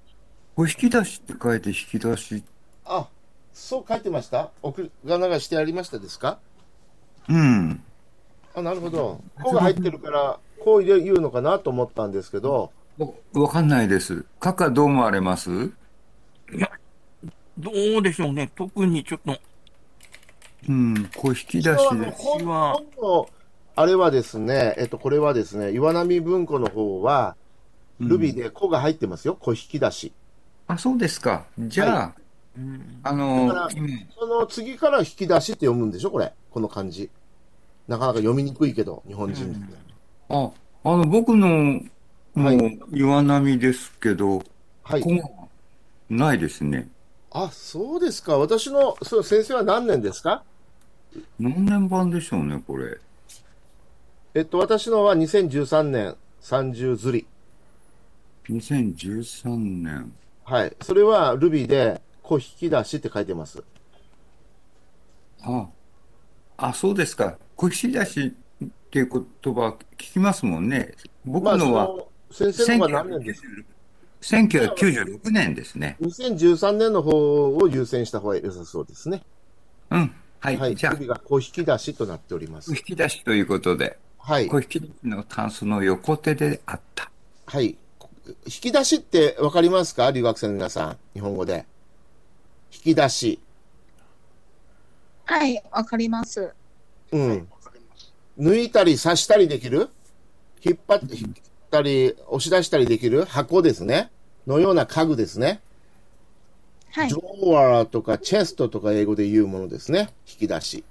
お引き出しって書いて引き出し。あ、そう書いてました奥が流してありましたですかうん。あ、なるほど。こうが入ってるから、こう言うのかなと思ったんですけど、わわかんないです。かかどう思われますどうでしょうね。特にちょっと、うん、こう引き出あしので。本私は本のあれはですね、えっと、これはですね、岩波文庫の方は、ルビーで「こ」が入ってますよ、小引き出し。あ、そうですか。じゃあ、うん、あのだからー、今その次から引き出しって読むんでしょ、これ、この漢字。なかなか読みにくいけど、日本人って。あ、あの、僕の、も、はいう岩波ですけど、はこい。こがないですね。あ、そうですか。私の、そう、先生は何年ですか何年版でしょうね、これ。えっと、私のは2013年30釣り。 2013年。はい。それはルビーで、小引き出しって書いてます。ああ、そうですか。腰出しっていう言葉聞きますもんね。僕のまあは、その先生のは何年ですか1996年ですね。 2013年の方を優先した方が良さそうですね。うん。はい。はい。じゃあ、首が小引き出しとなっております引。き出しということで、はい。小引き出しのタンスの横手であった。はい。引き出しってわかりますか留学生の皆さん。日本語で。引き出し。はい、わかります。うはいん。わかります。抜いたり刺したりできる引っ張って引ったり、押し出したりできる箱ですね。のような家具ですね。はいド。ロワーとかチェストとか英語で言うものですね。引き出し。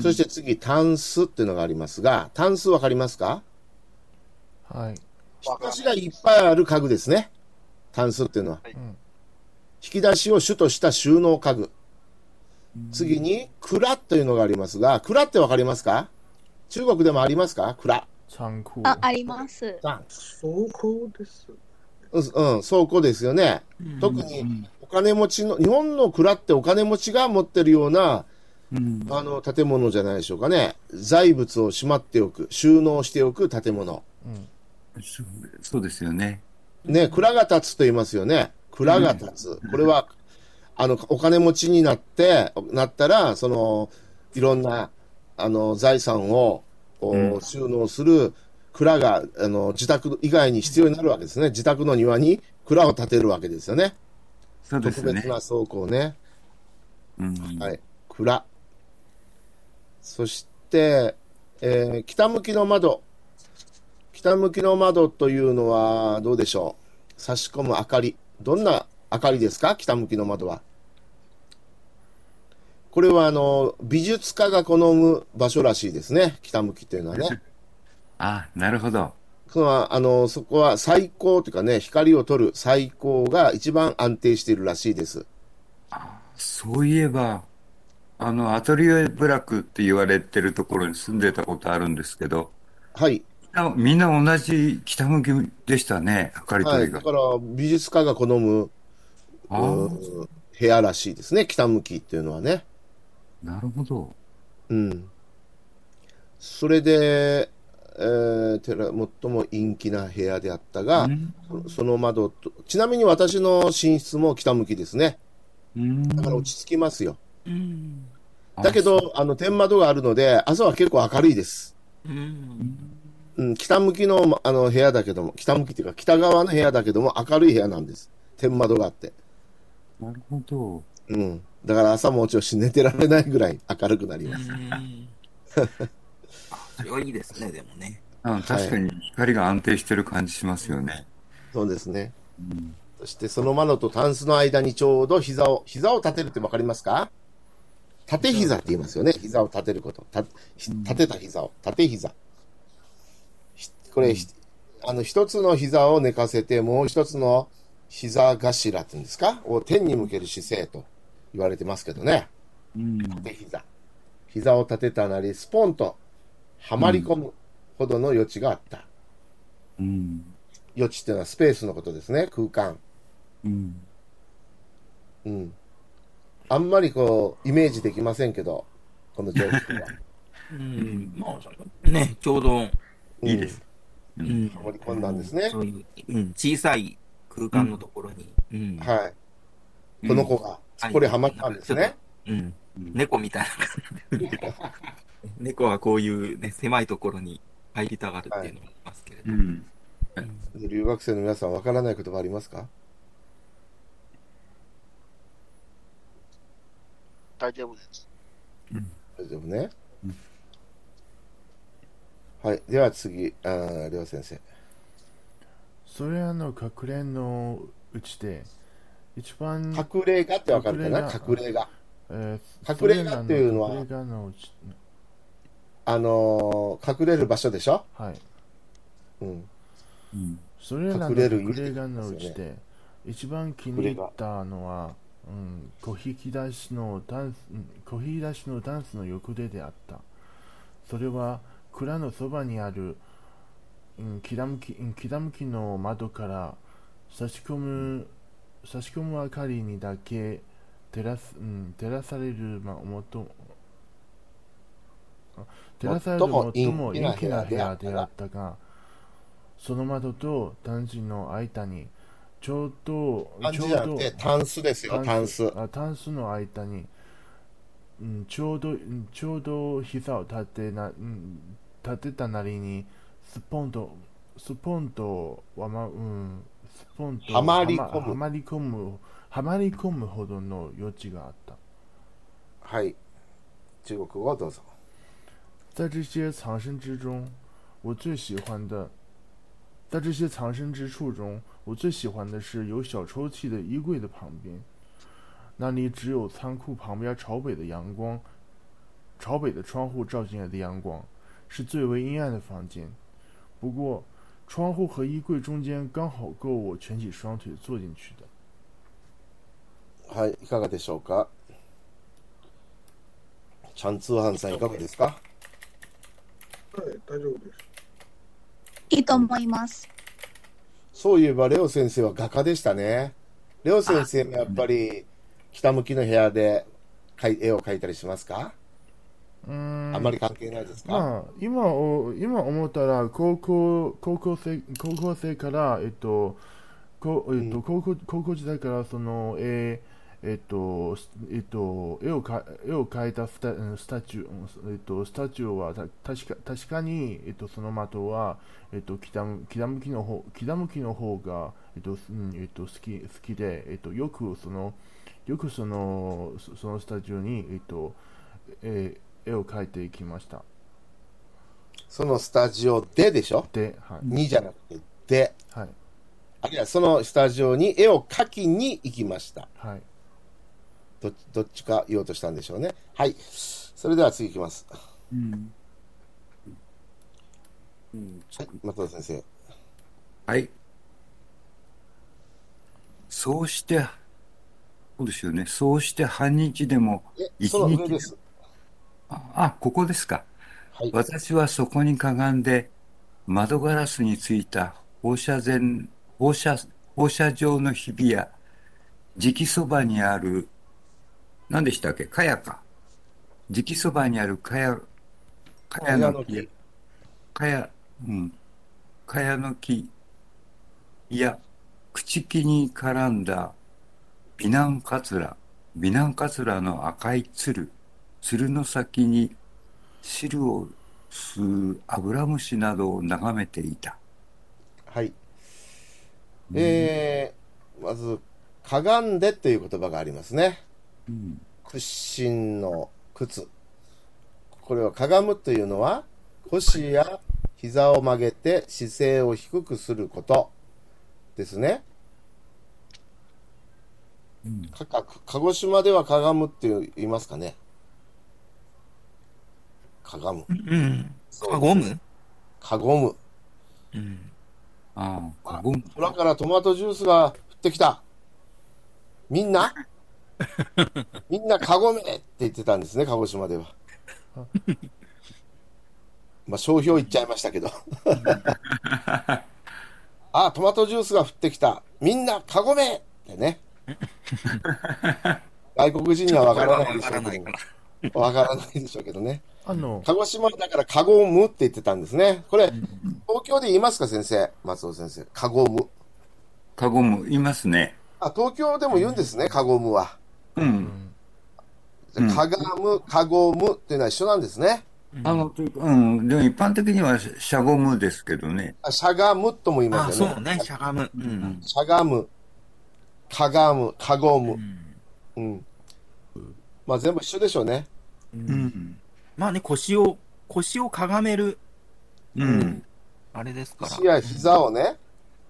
そして次、タンスっていうのがありますが、タンスわかりますかはい。引き出しがいっぱいある家具ですね。タンスっていうのは。はいうん引き出しを主とした収納家具。次に、蔵というのがありますが、蔵ってわかりますか中国でもありますか蔵。仓库。あ、あります。そうこうです。うん、うん倉庫ですよね。特にお金持ちの、日本の蔵ってお金持ちが持ってるような、うんあの、建物じゃないでしょうかね。財物をしまっておく、収納しておく建物。うん。そそうですよね。ね、蔵が立つと言いますよね。蔵が立つ。これは、あの、お金持ちになって、なったら、その、いろんな、あの、財産を、こううん収納する蔵が、あの、自宅以外に必要になるわけですね。自宅の庭に蔵を建てるわけですよね。そうです特よ別ね。な倉庫ね。うんはい。蔵。そして、えー北向きの窓。北向きの窓というのは、どうでしょう。差し込む明かり。どんな明かりですか北向きの窓は。これは、あの、美術家が好む場所らしいですね。北向きというのはね。あ、なるほど。そのあのそこは最高というかね、光を取る最高が一番安定しているらしいです。そういえば、あの、アトリエブラックって言われてるところに住んでたことあるんですけど、はい。あみんな同じ北向きでしたね、明かりは取りい。がだ。から、美術家が好むあーうん部屋らしいですね、北向きっていうのはね。なるほど。うん。それで、えー、てら最も陰気な部屋であったがう、んその窓と、ちなみに私の寝室も北向きですね。うんだから落ち着きますよ。うん。だけど、あの、天窓があるので、朝は結構明るいです。うん。うん、北向きの、あの、部屋だけども、北向きっていうか、北側の部屋だけども、明るい部屋なんです。天窓があって。なるほど。うん。だから朝もちろん寝てられないぐらい明るくなります。あそれはいいですね、でもね。あ確かに光が安定してる感じしますよね。そうですね。うんそしてその窓とタンスの間にちょうど膝を、膝を立てるってわかりますか縦膝って言いますよね。膝を立てること。たひ立てた膝を。縦膝。ひこれ、ひあの、一つの膝を寝かせて、もう一つの膝頭っていうんですかを天に向ける姿勢と言われてますけどね。うん縦膝。膝を立てたなり、スポンとはまり込むほどの余地があった。うん余地っていうのはスペースのことですね。空間。うんうん。あんまりこう、イメージできませんけど、この状況は。うん。まあ、ね、ちょうど、いいです。うん。盛り込んだんですねそういう、うん、小さい空間のところに。うんうん。はい。この子が、これハマったんですね。うん。猫みたいな感じ。猫はこういうね、狭いところに入りたがるっていうのもありますけれうど。ん留学生の皆さん、わからない言葉ありますか大丈夫です。大丈夫ねうん。はい。では次、あーりょう先生。それあの隠れのうちで一番隠れ家ってわかるかな隠隠れ家。えー隠れ家っていうのはそれら隠れ家のうちあのー隠れる場所でしょはい。うん。うんそれらの隠れる隠れ家のうちですで一番気に入ったのは、うん、小引き出しのダンス、うん小引き出しのダンスの横手であった。それは蔵のそばにある、うん、きらむき、うん、きらむきの窓から差し込む、差し込む明かりにだけ照らす、うん、照らされる、まあ、もと、あ照らされる最も陰最も陰気気なな部部屋屋ででああっったが、その窓と団地の間に、ちょうど、感ちじょうじゃなどくて、、タンスですよ、タンス。あタンスの間に、うん、ちょうど、うんちょうど膝を立てな、うん、立てたなりに、スポンと、スポンと、わま、うん、スポンと、はまり込むはまり込む、はまり込むほどの余地があった。はい。中国語をどうぞ。在这些藏身之中，我最喜欢的，在这些藏身之处中，我最喜欢的是有小抽屉的衣柜的旁边，那里只有仓库旁边朝北的阳光，朝北的窗户照进来的阳光，是最为阴暗的房间。不过，窗户和衣柜中间刚好够我蜷起双腿坐进去的。はい、いかがでしょうか。ちゃん通販さんいかがですか。はい、大丈夫です。いいと思います。そういえば、レオ先生は画家でしたね。レオ先生もやっぱり、北向きの部屋でかい絵を描いたりしますかうーんあまり関係ないですかまあ、今お今思ったら高校高校生高校生から、えっとこえっと高校高校時代からその、えーえっとすえっと、絵をか絵を描いたスタうんスタチューうん、えっと、スタチューはた確か確かに、えっと、その的は、えっと、北向北向きの方北向きの方が、えっとすうんえっと、好き好きで、えっと、よくそのよくそのそそのスタジオに、えっとえー絵を描いていきました。そのスタジオででしょで、はい。にじゃなくて、で。はい。あるいはそのスタジオに絵を描きに行きました。はい。どっちどっちか言おうとしたんでしょうね。はい。それでは次行きます。うんうんはい、松田先生。はい。そうして、そうですよね。そうして半日でも、え、その上です。あ、あここですか。はい。私はそこにかがんで、窓ガラスについた放射線、放射、放射状のひびや、磁気そばにある、何でしたっけかやか。磁気そばにあるかや、かやの木かやの木かや、うん。かやの木、いや、朽木に絡んだ、美男カツラ、美男カツラの赤い鶴、鶴の先に汁を吸うアブラムシなどを眺めていた。はい。えー、まず、かがんでという言葉がありますね。うん屈伸の靴。これはかがむというのは、腰や膝を曲げて姿勢を低くすることですね。うんかか鹿児島ではかがむって言いますかね。かがむ。うん。あ、ゴムかごむ。うん。ああ、かごむ。空からトマトジュースが降ってきた。みんなみんなカゴめって言ってたんですね、鹿児島では。まあ、商標言っちゃいましたけど。あ、トマトジュースが降ってきた。みんなカゴめってね。外国人にはわからないでしょうけど。わからないでしょうけどね。あの、鹿児島だからカゴムって言ってたんですね。これ、東京で言いますか、先生。松尾先生。カゴム。かごむ、いますね。あ、東京でも言うんですね、カゴムは。うん。じゃうんあカガム、カゴムっていうのは一緒なんですね。あの、というかうん。でも一般的にはししゃごむですけどね。あしゃがむとも言いあ、ますそようね。ね、しゃがむ。うん。しゃがむ、かがむ、カゴム。うん。まあ全部一緒でしょうね。うんうん。まあね、腰を、腰をかがめる、うん。あれですから。腰や膝をね、うん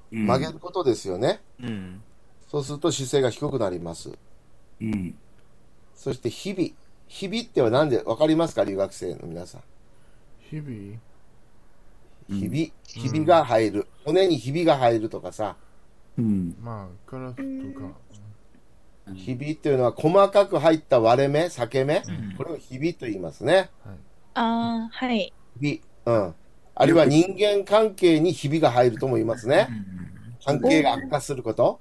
曲げることですよね。うん。そうすると姿勢が低くなります。うん。そして日々。日々っては何で、わかりますか留学生の皆さん。日々、うん日々。日々が入る。骨にひびが入るとかさ。うん。まあ、ガラスとか、ひびっていうのは細かく入った割れ目、裂け目、これをひびと言いますね。ああ、はい。ひび。うん。あるいは人間関係にひびが入るとも言いますね。関係が悪化すること、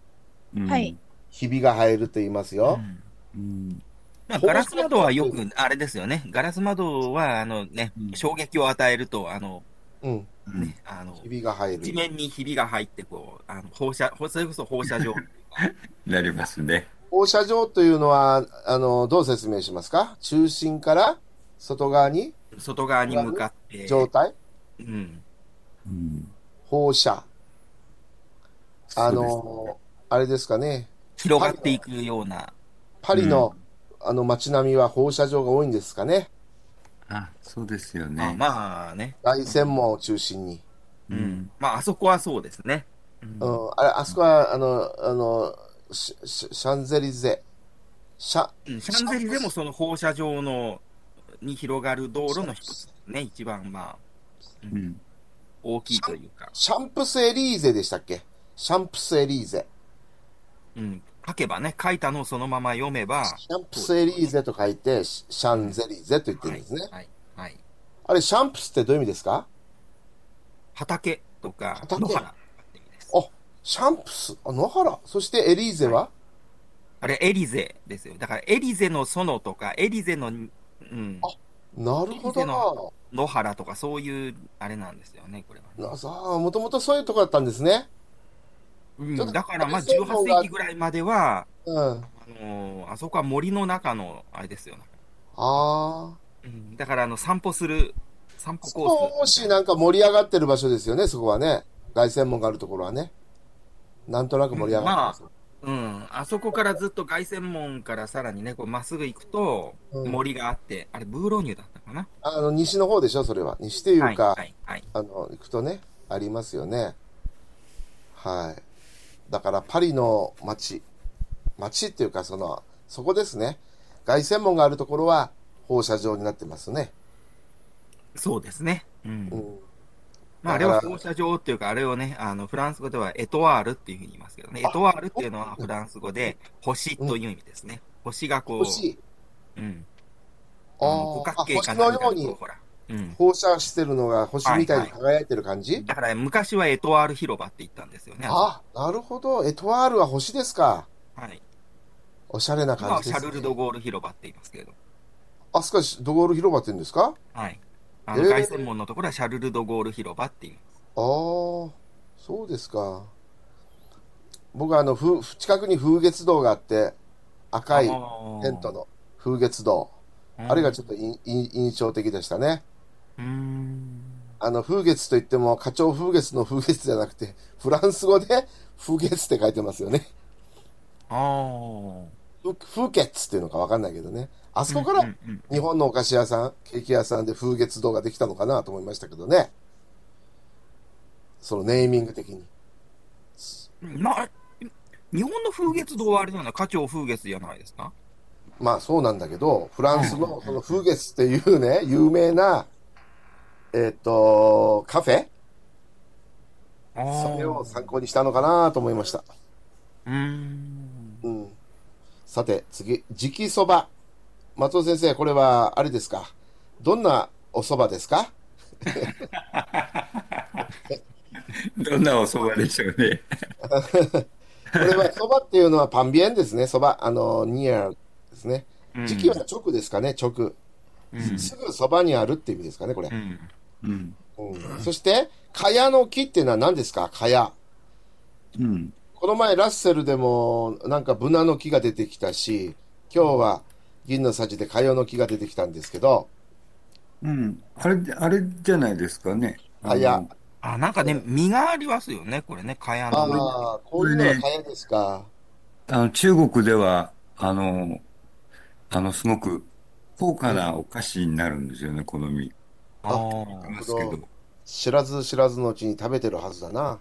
うんはい。ひびが入ると言いますよ。うん。まあ、ガラス窓はよく、あれですよね。ガラス窓は、あのねう、ん衝撃を与えると、あの、うん。ね、あのひ、びが入地る。面にひびが入って、こう、あの放射、それこそ放射状。なりますね。放射状というのは、あの、どう説明しますか中心から外側に外側に向かって、状態、うん。うん。放射。あそうの、あれですかね。広がっていくような。パリの、あの街並みは放射状が多いんですかね。あ、そうですよまあね。まあね。大専門を中心に。ううんん。まあ、あそこはそうですね。うんうん、あれ、あそこは、あの、あの、シシシャンゼリゼ。シャ、うんシャンゼリゼもその放射状のに広がる道路の一つね、一番まあうん。大きいというか、シャンプスエリーゼでしたっけシャンプスエリーゼ。うん、書けばね、書いたのをそのまま読めば、シャンプスエリーゼと書いて、シシャンゼリゼと言ってるんですね。はい、はい。あれ、シャンプスってどういう意味ですか畑とか、畑野原です。シャンプス、あ野原。そしてエリーゼは、あれ、エリゼですよ。だから、エリゼの園とか、エリゼの、うん、なるほエリーゼどの野原とか、そういう、あれなんですよね、これは。な。なさあ、もともとそういうとこだったんですね。うんちょっとだから、まあ、あれそういうのが18世紀ぐらいまでは、うん。ああのーあそこは森の中の、あれですよ、ね。あ。うん、だから、あの、散歩する、散歩コ少ース。しなんか盛り上がってる場所ですよね、そこはね。凱旋門があるところはね。なんとなく盛り上がってます。うん、あそこからずっと凱旋門からさらにね、こうまっすぐ行くと、うん森があって、あれ、ブーロニュだったかな。あの、西の方でしょ、それは。西というか、はい、はい、はい。あの、行くとね、ありますよね。はい。だから、パリの街、街っていうか、その、そこですね。凱旋門があるところは放射状になってますね。そうですね。うん。うん。まあ、あれは放射状っていうか、あれをね、あの、フランス語ではエトワールっていうふうに言いますけどね。エトワールっていうのはフランス語で、星という意味ですね。星がこ星、う、うん。ああーの五あ角形星かの何よかうにこう、にほら。うん。放射してるのが星みたいに輝いてる感じ、だから、昔はエトワール広場って言ったんですよね。あ、なるほど。エトワールは星ですか。はい。おしゃれな今感はじシでャす、ねル。ル・ド・ゴール広場って言いますけれど。あそこはドゴール広場って言うんですかはい。あの、えー凱旋門のところはシャルル・ド・ゴール広場って言います。ああ、そうですか。僕はあの、ふ近くに風月堂があって、赤いテントの風月堂。ああれがちょっっといい印象的でしたね。と。うーん。あの、風月といっても、課長風月の風月じゃなくて、フランス語で風月って書いてますよね。ああ。ふ風月っていうのかわかんないけどね。あそこからうんうんうん日本のお菓子屋さん、ケーキ屋さんで風月堂ができたのかなと思いましたけどね。そのネーミング的に。まあ、日本の風月堂はあれじゃない、花鳥風月じゃないですか。まあそうなんだけど、フランスのその風月っていうね、有名な、えっ、と、カフェああそれを参考にしたのかなと思いました。うーん。うん。さて、次、直蕎麦。松尾先生、これは、あれですかどんなお蕎麦ですかどんなお蕎麦でしょうね。これは、蕎麦っていうのはパンビエンですね、蕎麦。あの、ニアですね。時期は直ですかね、直。うんすぐそばにあるっていう意味ですかね、これう。ん。うん。うんそして、かやの木っていうのは何ですかかや。うん。この前、ラッセルでも、なんか、ブナの木が出てきたし、今日は、銀のさじでかやの木が出てきたんですけど、うん。あれ、あれじゃないですかね。かや。あ、なんかね、実がありますよね、これね、かやあの。あ、こういうのがかやですか。あの、中国では、あの、あの、すごく高価なお菓子になるんですよね、好み。あーますけなるど。知らず知らずのうちに食べてるはずだな。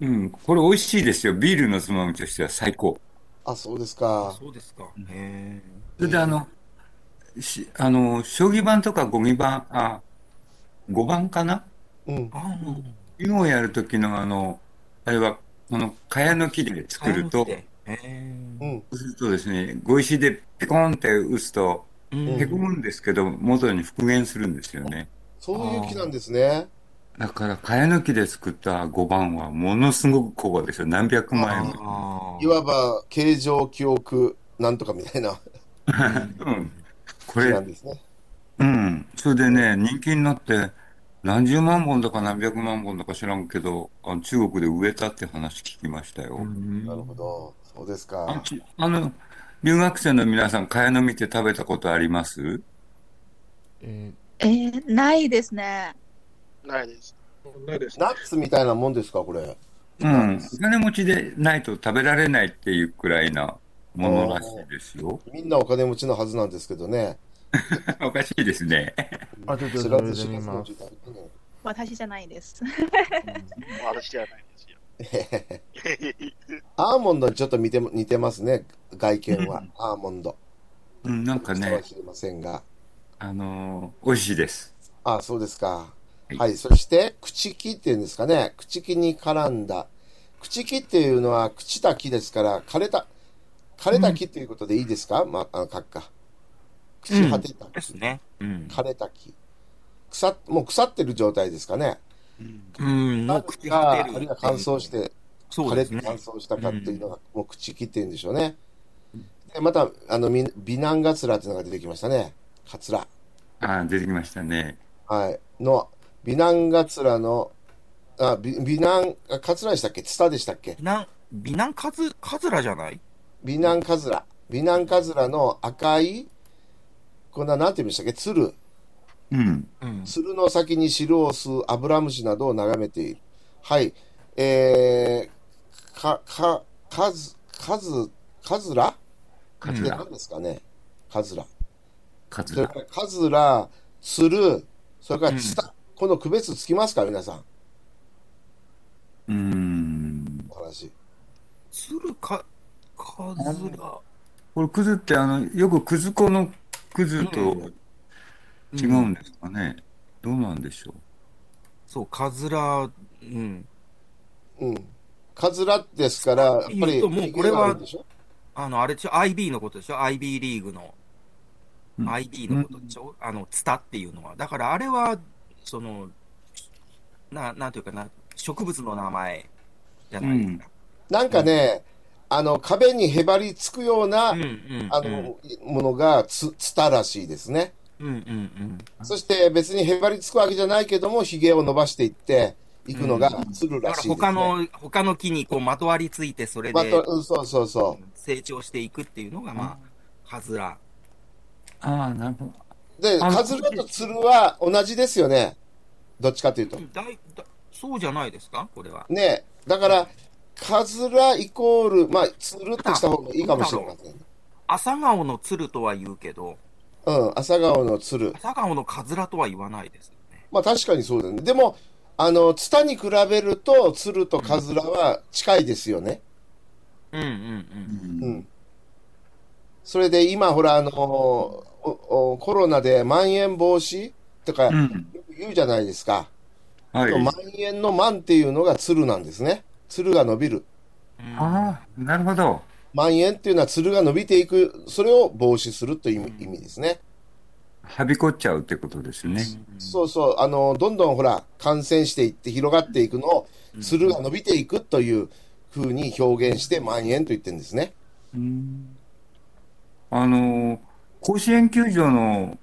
うん。これ美味しいですよ。ビールのつまみとしては最高。あ、そうですか。そうですか。へそれであの、し、あの、将棋盤とかゴミ盤、あ、5番かなうんー。あー。囲碁をやるときのあの、あれは、あの、茅の木で作ると、かやの木でへうーん。そうするとですね、碁石でピコンって打つと、うんへこむんですけど、元に復元するんですよね。そういう木なんですね。だから、茅の木で作った碁盤はものすごく高価ですよ。何百万円も。あーいわば、形状記憶、なんとかみたいなうん。木これな、んですね。うん。それでね、人気になって、何十万本だか何百万本だか知らんけど、あの中国で植えたって話聞きましたよ。なるほど。そうですあか。ちあの、留学生の皆さん、茅の実って食べたことありますええー、ないですね。ないです。ないです。ナッツみたいなもんですか、これ。うん。お金持ちでないと食べられないっていうくらいなものらしいですよ。みんなお金持ちのはずなんですけどね。おかしいですね。あ、ちょっと知そられず知らで見ずのま時す。代にね私じゃないです。私じゃないですよ。アーモンドにちょっと似ても似てますね、外見は。アーモンド。うん、なんかそうはね、知りませんが。あのー美味しいです。あ、そうですか。はいはい。そして、口木っていうんですかね。口木に絡んだ。口木っていうのは、朽ちた木ですから、枯れた、枯れた木ということでいいですか、ま、あの、書くか。朽ち果てたです木、ね。うん。枯れた木。腐っ、もう腐ってる状態ですかね。うん、もう朽ち果が、あてる。るいは乾燥し、て、そう枯でれすてね。乾燥したかっていうのが、もう朽ち木っていうんでしょうね。で、また、あの、み美男ガツラっていうのが出てきましたね。カツラ。あー出てきましたね。はい。の、美男ガツラの、あ、美美男、あカツラでしたっけツタでしたっけ美男、美男カズ、カズラじゃない美男カズラ。美男カズラの赤い、こんな、なんて言うんでしたっけ鶴。うん。うん。鶴の先に汁を吸うアブラムシなどを眺めている。はい。えー、か、か、かず、かず、カズラカっズてラ何。ですかねカズラ。カズそれラか。らカズラ、鶴、それからツタ。この区別つきますか皆さん。うーん。お話。鶴か、カズラ。これ、クズって、あの、よくクズ子のクズと違うんですかね。どうなんでしょそう、カズラ、うん。うん。カズラですから、やっぱ言うり、ともうこヒゲれはがあるんでしょあの、あれでしょ ?IB のことでしょ ?IB リーグの。うん IB のことでしょ、あの、ツタっていうのは。だからあれは、その、な、なんていうかな、植物の名前じゃないですか。なんかね、あの、壁にへばりつくような、うん、うん。あの、ものがつ、つたらしいですね。うん、うん、うん。そして別にへばりつくわけじゃないけども、ひげを伸ばしていって、いくのがつるだらからしいです、ね他の、他の木にこうまとわりついて、それまでた、うん、そうそうそ成長していくっていうのが、まあ、カズラ。う。ああ、なるほど。う。で、あのカズラとつるは同じですよね。どっちかというと。だいだそうじゃないですかこれは。ねだから、カズライコール、まあ、つるってした方がいいかもしれません。朝顔の鶴とは言うけど、うん、朝顔のつる。朝顔のカズラとは言わないですよね。まあ確かにそうだね。でも、あの、ツタに比べると、ツルとカズラは近いですよね。うんうんう。うんん。それで今、ほら、あの、おおコロナでまん延防止とかうん。言うじゃないですか。はい。まん延のまんっていうのがツルなんですね。ツルが伸びる。うん。うんああ、なるほど。まん延っていうのはツルが伸びていく、それを防止するという意味意味ですね。はびこっちゃうってことですね。そうそう、あの、どんどんほら、感染していって広がっていくのを、つるが伸びていくという風に表現して、蔓延と言ってるんですね。うんあの、甲子園球場の、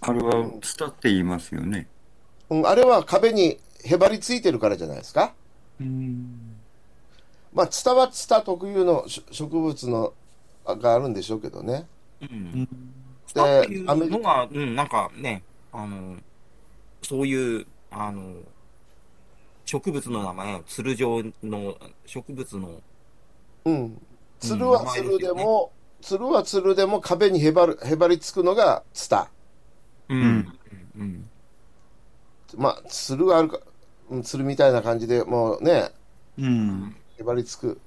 あれは、ツタって言いますよね。うん、あれは壁にへばりついてるからじゃないですか。うん。まあ、ツタはツタ特有のし植物の、あがあるんでしょうけどね。うん。でだっていうアメのリが、うん、なんかね、あの、そういう、あの、植物の名前を鶴状の植物の、うん。つるはつるでも、つるはつるでも壁にへばる、へばりつくのがツタ。うんんうんうんまあ、つるがあるか、うんつるみたいな感じでもうね、うん。へばりつく。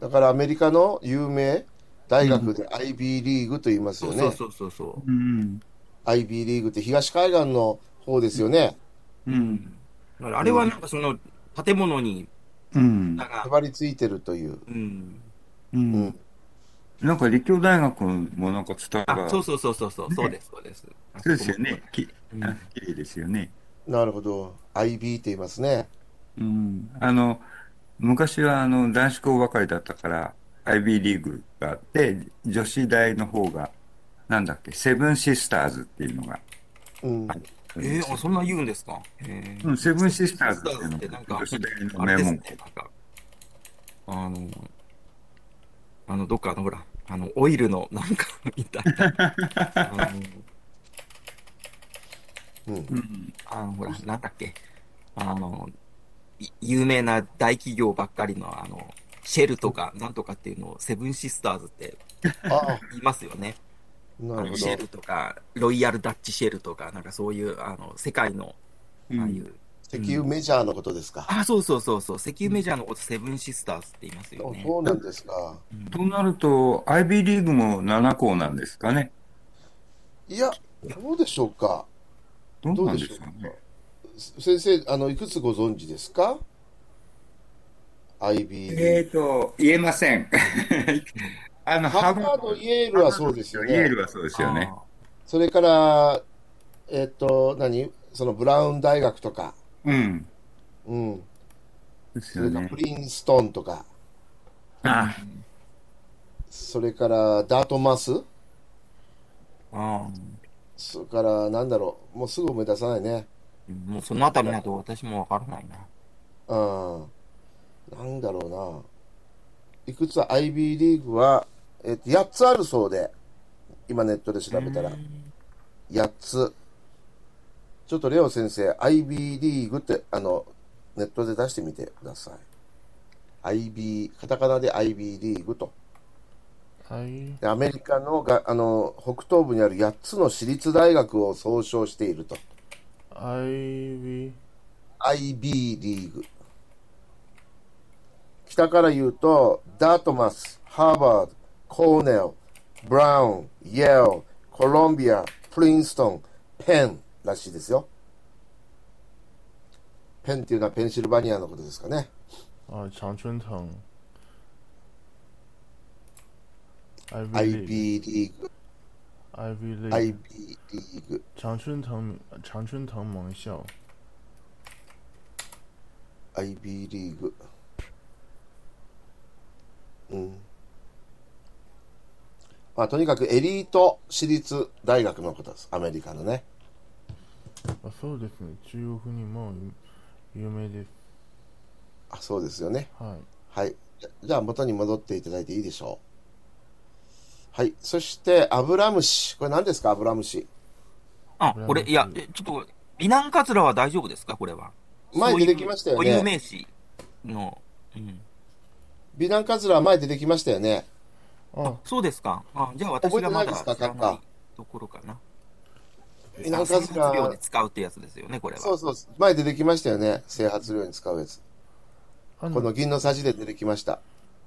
だからアメリカの有名大学で IB リーグと言いますそようね。そうそうそうそう。うん。 IB リーグって東海岸の方ですよね。うん。だからあれはなんかその建物に、うん。なんへか、ばりついてるという。うん。うん。なんか、立教大学もなんかツタあ、が、そうそそうそうそうそう、そうです、そうです。うですよね。き、うんあ綺麗ですよね。なるほど。IB って言いますね。うん。あの、昔は、あの、男子校ばかりだったから、IB リーグがあって、女子大の方が、なんだっけ、セブンシスターズっていうのが、うん。えー、あ、そんな言うんですかへーうん、セブンシスターズっていうのってなんか女子大のあれ名です門ね校。、なんか、あの、あの、どっかのほら、あの、オイルの、なんか、みたいな。あの、うん。うんあのほら、なんだっけ、あの、い有名な大企業ばっかりの、あの、シェルとか、なんとかっていうのを、セブンシスターズってああ、言いますよね。なるほシェどルとか、ロイヤルダッチシェルとか、なんかそういう、あの、世界の、ああいう、石油メジャーのことですか、あ、そうそうそうそう、石油メジャーのこと、セブンシスターズって言いますよね。そうなんですかうんとなると、アイビーリーグも7校なんですかね。いやどうでしょうかどどううなんででしょすうかかね。先生あのいくつご存知ですか IB えーと、言えません。 <laughs> あの、ハーバード、イエールはそうですよイエーね。ルはそうですよね。それから、えっと、何そのブラウン大学とか、うん。うん。ですそよれからねプ。リンストンとか、あ、それからダートマス、ああああそれからなんだろう、もうすぐ思い出さないね。もうそのあたりなど私もわからないな。うん。なんだろうな。いくつ IB リーグは、えっと、8つあるそうで、今ネットで調べたらう。ん8つ。ちょっとレオ先生、IB リーグって、あの、ネットで出してみてください。IB、カタカナで IB リーグと。はい。でアメリカのが、あの、北東部にある8つの私立大学を総称していると。 IB。 IB リーグ。北から言うと、ダートマス、ハーバード、コーネル、ブラウン、イェール、コロンビア、プリンストン、ペンらしいですよ。ペンっていうのはペンシルバニアのことですかね。啊，常春藤。 IB IB リーグ、 IB 类 IB リーグ。常春藤名常春藤盟校 IB リーグ。うん。まあ、とにかくエリート私立大学のことです。アメリカのね。あそうですね中国にも有名ですあ、そうですよね。はいはい。じゃじゃあ、元に戻っていただいていいでしょう。はい。そして、アブラムシ。これ何ですか、アブラムシ。あ、これ、いや、えちょっと、美男カツラは大丈夫ですかこれは。前出てきましたよそういう固有ね。名詞の、うん。美男カズラは前出てきましたよね。あそうですか。あじゃあ私がまだ知覚えてないでらすかないところかな。美男カズ生活量ラで。使うってやつですよね、これは。そうそう。前出てきましたよね。整髪料に使うやつ。あこの銀のさじで出てきました。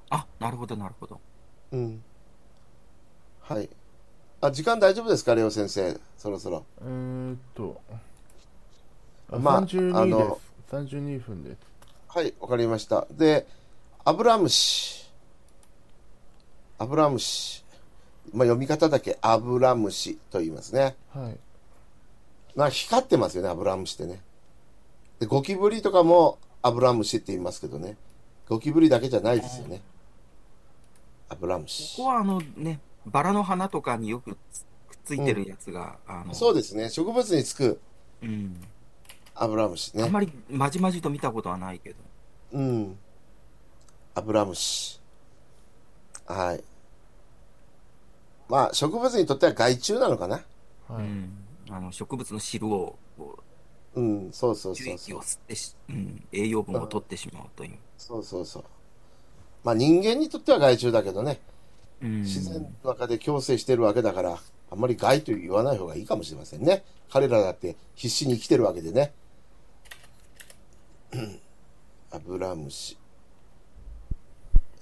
あ、なるほど、なるほど。うん。はい。あ、時間大丈夫ですか、レオ先生。そろそろ。えーっとあまああ32でのす32分ですはい、わかりました。で、アブラムシ。アブラムシ。まあ、読み方だけ、アブラムシと言いますね。はいまあ、光ってますよね、アブラムシってね。で、ゴキブリとかもアブラムシって言いますけどね。ゴキブリだけじゃないですよね。アブラムこシこ。は、あのね、バラの花とかによくつくっついてるやつが、あの、そうですね、植物につくうん。アブラムシあんね。まりまじまじと見たことはないけど。うん。アブラムシ。はい。まあ、植物にとっては害虫なのかな。はういん。あの、植物の汁を、こうん、そうそうう、そ樹う液そをう。吸ってし、うん、栄養分を取ってしまうという。そうそうそう。まあ人間にとっては害虫だけどね、うん。自然の中で共生してるわけだから、あんまり害と言わない方がいいかもしれませんね。彼らだって必死に生きてるわけでね。 <clears throat> アブラムシ。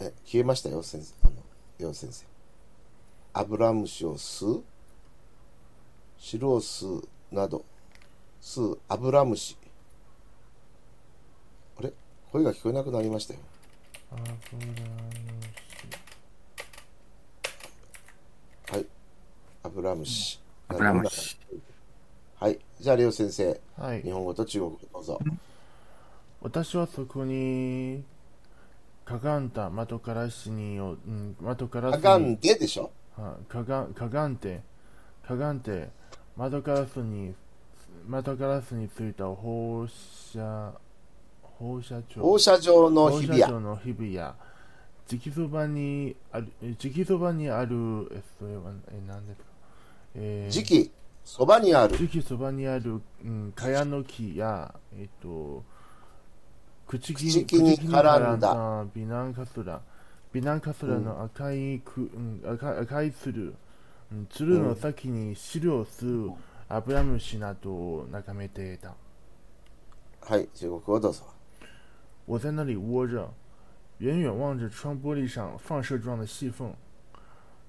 え、消えましたよ、先生。あの、よう先生。アブラムシを吸う汁を吸うなど、吸うアブラムシ。あれ声が聞こえなくなりましたよ。アブラムアブラムシ。アブラムシ。はい。じゃあ、レオ先生、シはい日本語と中国語どうぞ。私はそこにかがんだ窓ガラスによ、うん、窓ガラスあにかんででしょあかがかがんてかがんて窓ガラスに窓ガラスについた放射放射状放射状の放日射々や。状の日々や直そばにあるえ直そばにあるえそれはえ何ですかえー時期、そばにある。時期そばにある、うん、かやの木や、えっと、口木口木に絡んだ美男カスラ、美男カスラの赤いく、うん、赤い赤いつる、うん鶴の先に汁を吸うアブラムシなどを眺めていた。はい、中国語どうぞ。我在那里窝着，远远望着窗玻璃上放射状的细缝，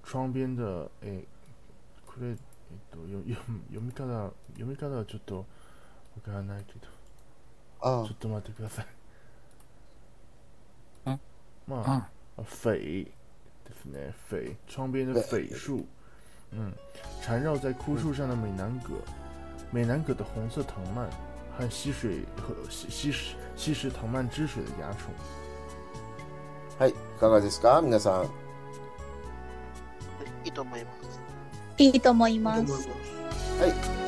窗边的哎，これえっとよよ読み方読み方はちょっとわからないけど、あ啊ちょっと待ってください。あ、まあ。あ、匪ですね，匪，窗边的匪树，嗯，缠绕在枯树上的美男葛，美男葛的红色藤蔓和溪水和吸吸食吸食藤蔓汁水的蚜虫。はい、いかがですか皆さん。いいと思います。いいと思いいいと思まいますす。。はい。